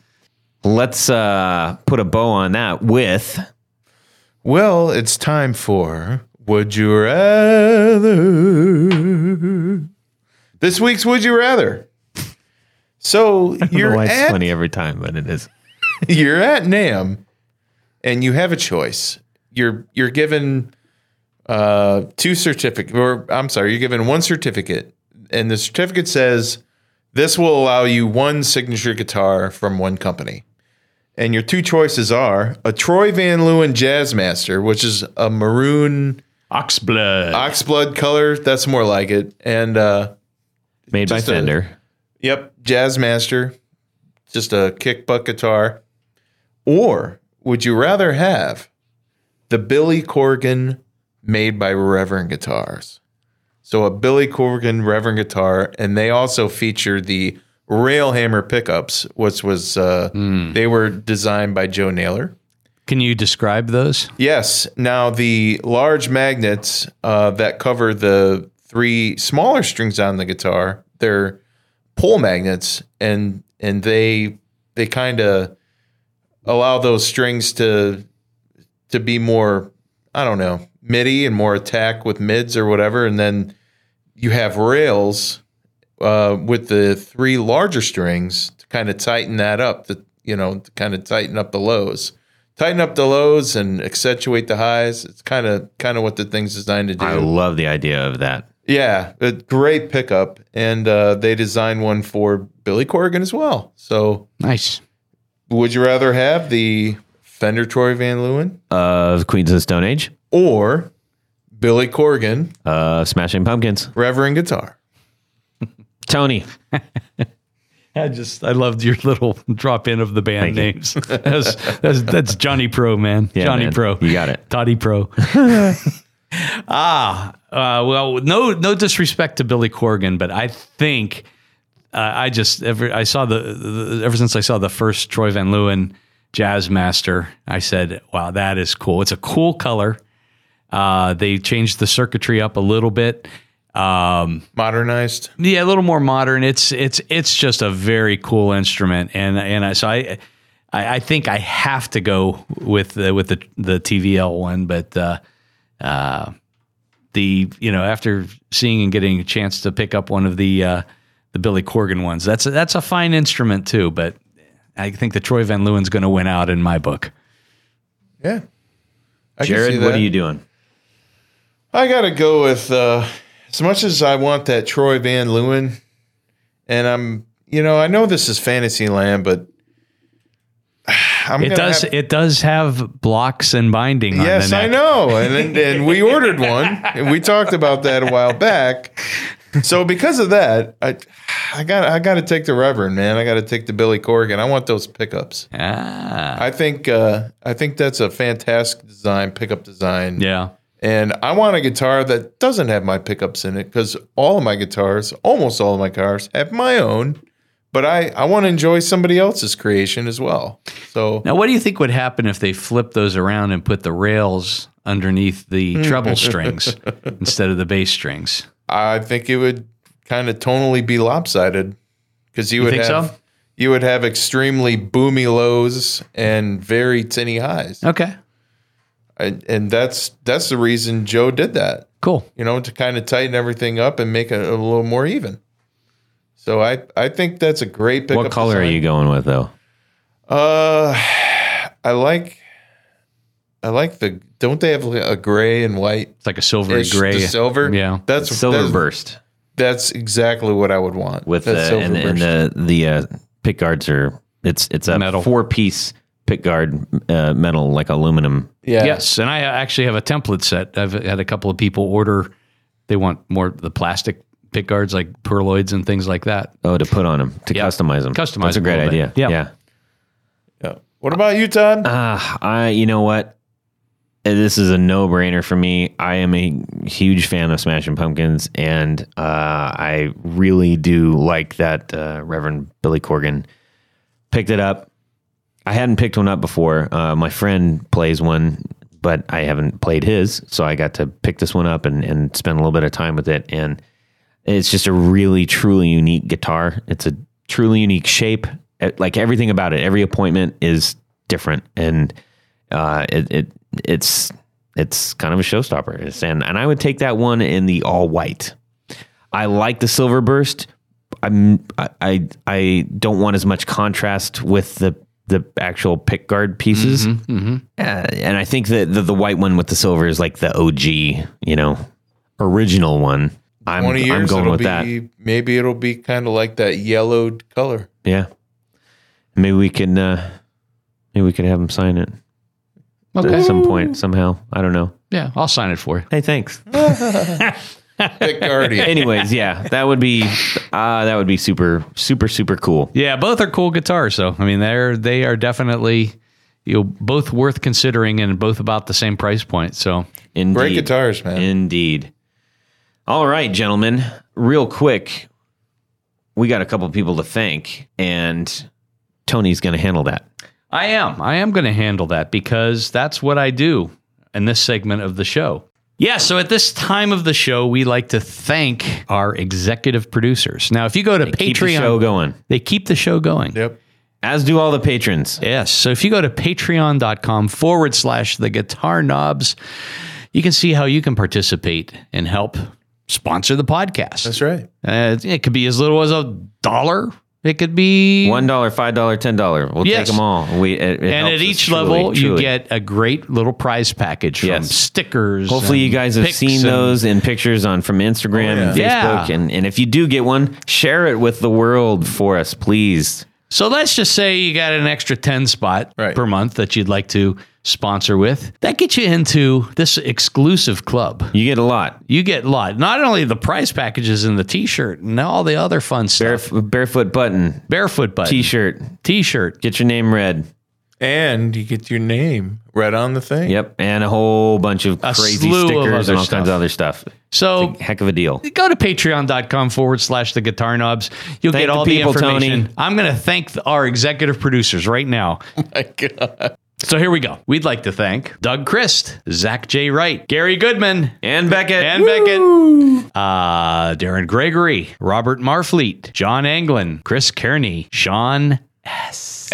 S4: Let's uh, put a bow on that with
S5: well, it's time for Would You Rather. This week's Would You Rather. So
S4: Your
S5: you're
S4: wife's
S5: at
S4: funny every time, but it is.
S5: *laughs* you're at Nam, and you have a choice. You're you're given uh, two certificate, or I'm sorry, you're given one certificate, and the certificate says this will allow you one signature guitar from one company. And your two choices are a Troy Van Leeuwen Jazzmaster, which is a maroon
S2: Oxblood.
S5: oxblood color. That's more like it. And uh,
S4: Made by
S5: Just a-
S4: Fender.
S5: Yep, jazz master, just a kick butt guitar. Or would you rather have the Billy Corgan made by Reverend Guitars? So a Billy Corgan Reverend guitar, and they also feature the Railhammer pickups, which was uh, they were designed by Joe Naylor.
S2: Can you describe those?
S5: Yes. Now the large magnets uh, that cover the three smaller strings on the guitar, they're pull magnets, and and they they kind of allow those strings to to be more, I don't know, MIDI and more attack with mids or whatever, and then you have rails uh, with the three larger strings to kind of tighten that up, to you know, to kind of tighten up the lows. tighten up the lows and accentuate the highs. It's kind of kind of what the thing's designed to do.
S4: I love the idea of that.
S5: Yeah, a great pickup, and uh, they designed one for Billy Corgan as well. So,
S2: Nice.
S5: would you rather have the Fender Troy Van Leeuwen
S4: Of Queens of the Stone Age,
S5: or Billy Corgan
S4: of Smashing Pumpkins.
S5: Reverend Guitar?
S4: Tony,
S2: I just I loved your little *laughs* drop in of the band names. *laughs* that's, that's that's Johnny Pro, man.
S4: Yeah,
S2: Johnny
S4: man.
S2: Pro.
S4: You got it.
S2: Toddy
S4: *laughs*
S2: Pro. ah, uh, well, no no disrespect to Billy Corgan, but I think uh, I just ever I saw the, the ever since I saw the first Troy Van Leeuwen Jazz Master, I said, "Wow, that is cool. It's a cool color." Uh, they changed the circuitry up a little bit. Um,
S5: Modernized.
S2: yeah, a little more modern. It's it's it's just a very cool instrument, and and I, so I, I I think I have to go with the with the the TVL one, but uh, uh, the you know after seeing and getting a chance to pick up one of the uh, the Billy Corgan ones, that's a, that's a fine instrument too, but I think the Troy Van Leeuwen's going to win out in my book.
S5: Yeah. I can see
S4: Jared, what
S5: that.
S4: are you doing?
S5: I got to go with uh, as much as I want that Troy Van Leeuwen, and I'm, you know, I know this is fantasy land, but I'm
S2: It
S5: gonna
S2: does
S5: have-
S2: it does have blocks and binding. on
S5: Yes,
S2: the neck.
S5: I know. And, and and we ordered one, and we talked about that a while back. So because of that, I I got I got to take the Reverend man. I got to take the Billy Corgan. I want those pickups.
S2: Ah,
S5: I think uh, I think that's a fantastic design pickup design.
S2: yeah.
S5: And I want a guitar that doesn't have my pickups in it because all of my guitars, almost all of my cars, have my own. But I I want to enjoy somebody else's creation as well. So
S2: Now, what do you think would happen if they flipped those around and put the rails underneath the treble *laughs* strings instead of the bass strings?
S5: I think it would kind of tonally be lopsided because you, would
S2: think
S5: have
S2: so?
S5: you would have extremely boomy lows and very tinny highs,
S2: Okay,
S5: and, and that's that's the reason Joe did that.
S2: cool.
S5: You know, to kind of tighten everything up and make it a little more even. So I I think that's a great pickup.
S4: What color are
S5: design.
S4: you going with though?
S5: Uh, I like. I like the. Don't they have a gray and white?
S2: It's like a silvery
S5: the
S2: gray.
S5: silver.
S2: Yeah.
S5: that's
S4: Silver
S5: that's-
S4: burst
S5: That's exactly what I would want
S4: with
S5: that
S4: the and, and
S5: burst.
S4: the the uh, pick guards are it's it's a
S2: Metal.
S4: four piece pick guard uh, metal like aluminum.
S5: yeah.
S2: Yes, and I actually have a template set. I've had a couple of people order. They want more of the plastic pick guards, like perloids and things like that.
S4: Oh, to put on them to
S2: Yeah.
S4: customize them.
S2: Customize
S4: That's a
S2: 'em a
S4: great
S2: little bit.
S4: idea.
S2: Yeah.
S4: yeah.
S5: Yeah. What about you, Todd?
S4: Ah, I you know what? Uh, This is a no brainer for me. I am a huge fan of Smashing Pumpkins, and uh, I really do like that uh, Reverend Billy Corgan picked it up. I hadn't picked one up before. Uh, my friend plays one, but I haven't played his, so I got to pick this one up and, and spend a little bit of time with it. And it's just a really truly unique guitar. It's a truly unique shape. Uh, Like everything about it, every appointment is different, and uh, it, it it's it's kind of a showstopper. It's, and and I would take that one in the all white. I like the silver burst. I'm I I, I don't want as much contrast with the the actual pick guard pieces.
S5: Mm-hmm,
S4: Uh, and I think that the, the white one with the silver is like the OG, you know, original one. I'm,
S5: Twenty years.
S4: I'm going
S5: it'll
S4: with
S5: be,
S4: that.
S5: Maybe it'll be kind of like that yellowed color.
S4: Yeah. Maybe we can uh maybe we could have him sign it at
S2: Okay,
S4: some point somehow. I don't know.
S2: yeah, I'll sign it for you.
S4: Hey, thanks.
S5: Thick Guardian.
S4: Anyways, yeah, that would be uh that would be super super super cool.
S2: Yeah, both are cool guitars. So I mean, they're they are definitely you know, both worth considering and both about the same price point. So
S4: Indeed.
S5: Great guitars, man.
S4: Indeed. All right, gentlemen. Real quick, we got a couple people to thank, and Tony's going to handle that.
S2: I am. I am going to handle that because that's what I do in this segment of the show. Yeah, so at this time of the show, we like to thank our executive producers. Now, if you go to
S4: Keep the
S2: Patreon,
S4: show going,
S2: they keep the show going.
S5: Yep.
S4: as do all the patrons.
S2: Yes. So if you go to patreon.com forward slash the guitar knobs, you can see how you can participate and help sponsor the podcast.
S5: That's right.
S2: Uh, it could be as little as a dollar It could be
S4: One dollar, five dollar, ten dollar. We'll
S2: Yes.
S4: take them all. We it, it
S2: and
S4: helps
S2: at
S4: us
S2: each
S4: truly,
S2: level you
S4: truly.
S2: get a great little prize package from
S4: Yes.
S2: stickers.
S4: Hopefully, you
S2: and
S4: guys have
S2: picks
S4: seen
S2: and- Oh,
S4: those in pictures on from Instagram and
S2: Yeah.
S4: Facebook. And and if you do get one, share it with the world for us, please.
S2: So let's just say you got an extra 10 spot
S5: Right.
S2: per month that you'd like to sponsor with. That gets you into this exclusive club.
S4: You get a lot.
S2: You get a lot. Not only the prize packages and the t-shirt and all the other fun stuff.
S4: Baref- barefoot button,
S2: Barefoot button.
S4: t-shirt.
S2: T-shirt.
S4: Get your name read.
S5: And you get your name read on the thing.
S4: Yep, and a whole bunch of crazy
S2: slew of other
S4: stickers and all
S2: stuff. Oh.
S4: kinds of other stuff.
S2: So
S4: Heck of a deal.
S2: go to patreon.com forward slash the guitar knobs. You'll
S4: Thank
S2: get
S4: the
S2: all
S4: people,
S2: the information.
S4: Tony.
S2: I'm going to thank th- our executive producers right now.
S4: *laughs* Oh
S5: My God.
S2: So here we go. We'd like to thank Doug Christ, Zach J. Wright, Gary Goodman,
S4: And Beckett.
S2: Dan Beckett, uh, Darren Gregory, Robert Marfleet, John Anglin, Chris Kearney, Sean S.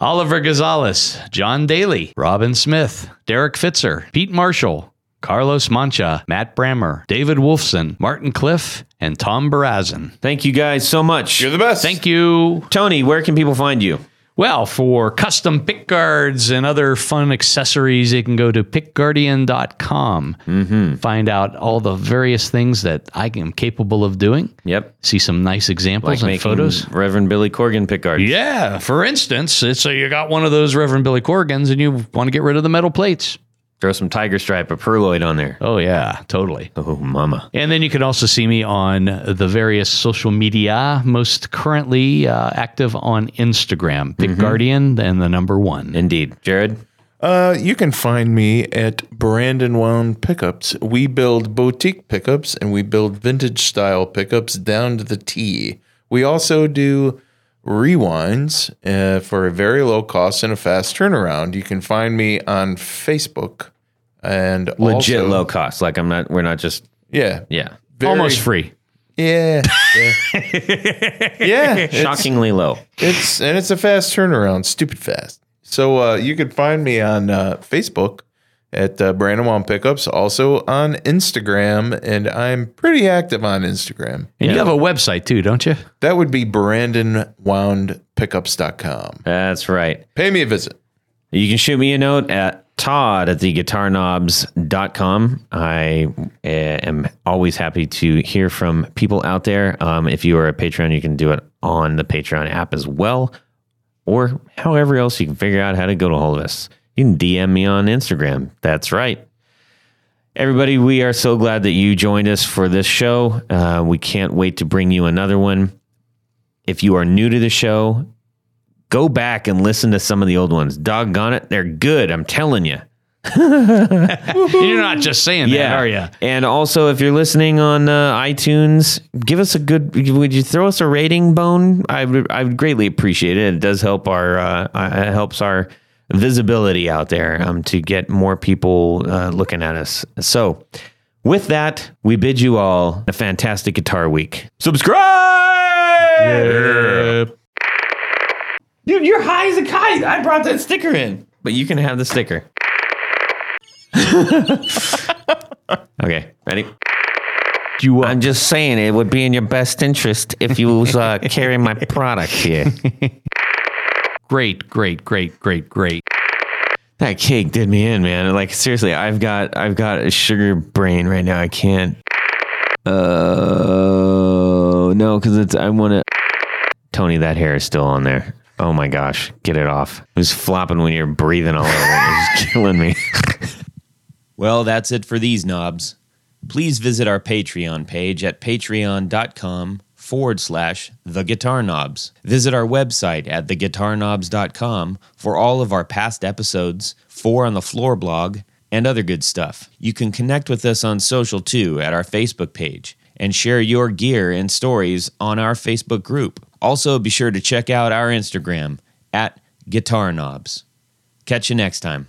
S2: Oliver Gonzalez, John Daly, Robin Smith, Derek Fitzer, Pete Marshall, Carlos Mancha, Matt Brammer, David Wolfson, Martin Cliff, and Tom Barazin.
S4: Thank you guys so much.
S5: You're the best.
S2: Thank you.
S4: Tony, where can people find you?
S2: Well, for custom pick guards and other fun accessories, you can go to pickguardian.com. Find out all the various things that I am capable of doing.
S4: Yep.
S2: See some nice examples and
S4: Making
S2: photos.
S4: Reverend Billy Corgan pickguards.
S2: Yeah. For instance, it's so you got one of those Reverend Billy Corgans and you want to get rid of the metal plates.
S4: Throw some tiger stripe or perloid on there.
S2: Oh, yeah, totally.
S4: Oh, mama.
S2: And then you can also see me on the various social media, most currently uh, active on Instagram, Pick Guardian and the number one.
S4: Indeed. Jared?
S5: Uh, you can find me at Brandon Wound Pickups. We build boutique pickups and we build vintage style pickups down to the T. We also do rewinds uh, for a very low cost and a fast turnaround. You can find me on Facebook and
S4: Legit
S5: also-
S4: low cost. Like I'm not we're not just
S5: Yeah,
S4: yeah.
S5: very-
S2: Almost free.
S5: Yeah, yeah. yeah it's-
S4: Shockingly low.
S5: It's and it's a fast turnaround, stupid fast. So uh, you can find me on uh, Facebook at uh, Brandon Wong Pickups, also on Instagram, and I'm pretty active on Instagram.
S2: And you have a website too, don't you?
S5: That would be BrandonWoundPickups.com.
S4: That's right.
S5: Pay me a visit.
S4: You can shoot me a note at Todd at the guitarknobs.com. I uh, am always happy to hear from people out there. Um, if you are a Patreon, you can do it on the Patreon app as well, or however else you can figure out how to go to hold of us. You can DM me on Instagram. That's right. Everybody, we are so glad that you joined us for this show. Uh, we can't wait to bring you another one. If you are new to the show, go back and listen to some of the old ones. Doggone it, they're good. I'm telling you.
S2: You're not just saying that, are you?
S4: And also, if you're listening on uh, iTunes, give us a good. Would you throw us a rating, Bone? I would. I would greatly appreciate it. It does help our. Uh, uh, it helps our visibility out there um, to get more people uh, looking at us. So, with that, we bid you all a fantastic guitar week. Subscribe. Dude, you're high as a kite. I brought that sticker in. But you can have the sticker. okay, ready?
S2: You
S4: I'm just saying it would be in your best interest if you
S2: *laughs*
S4: was uh, carrying my product here.
S2: great, great, great, great, great.
S4: that cake did me in, man. Like seriously, I've got I've got a sugar brain right now. I can't. Uh, no, because it's I want to. Tony, that hair is still on there. Oh my gosh, get it off! It was flopping when you were breathing all over. it. It was *laughs* killing me. Well, that's it for these knobs. Please visit our Patreon page at patreon.com forward slash the guitar knobs. Visit our website at theguitarknobs.com for all of our past episodes, four on the floor blog, and other good stuff. You can connect with us on social too at our Facebook page and share your gear and stories on our Facebook group. Also, be sure to check out our Instagram at guitar knobs. Catch you next time.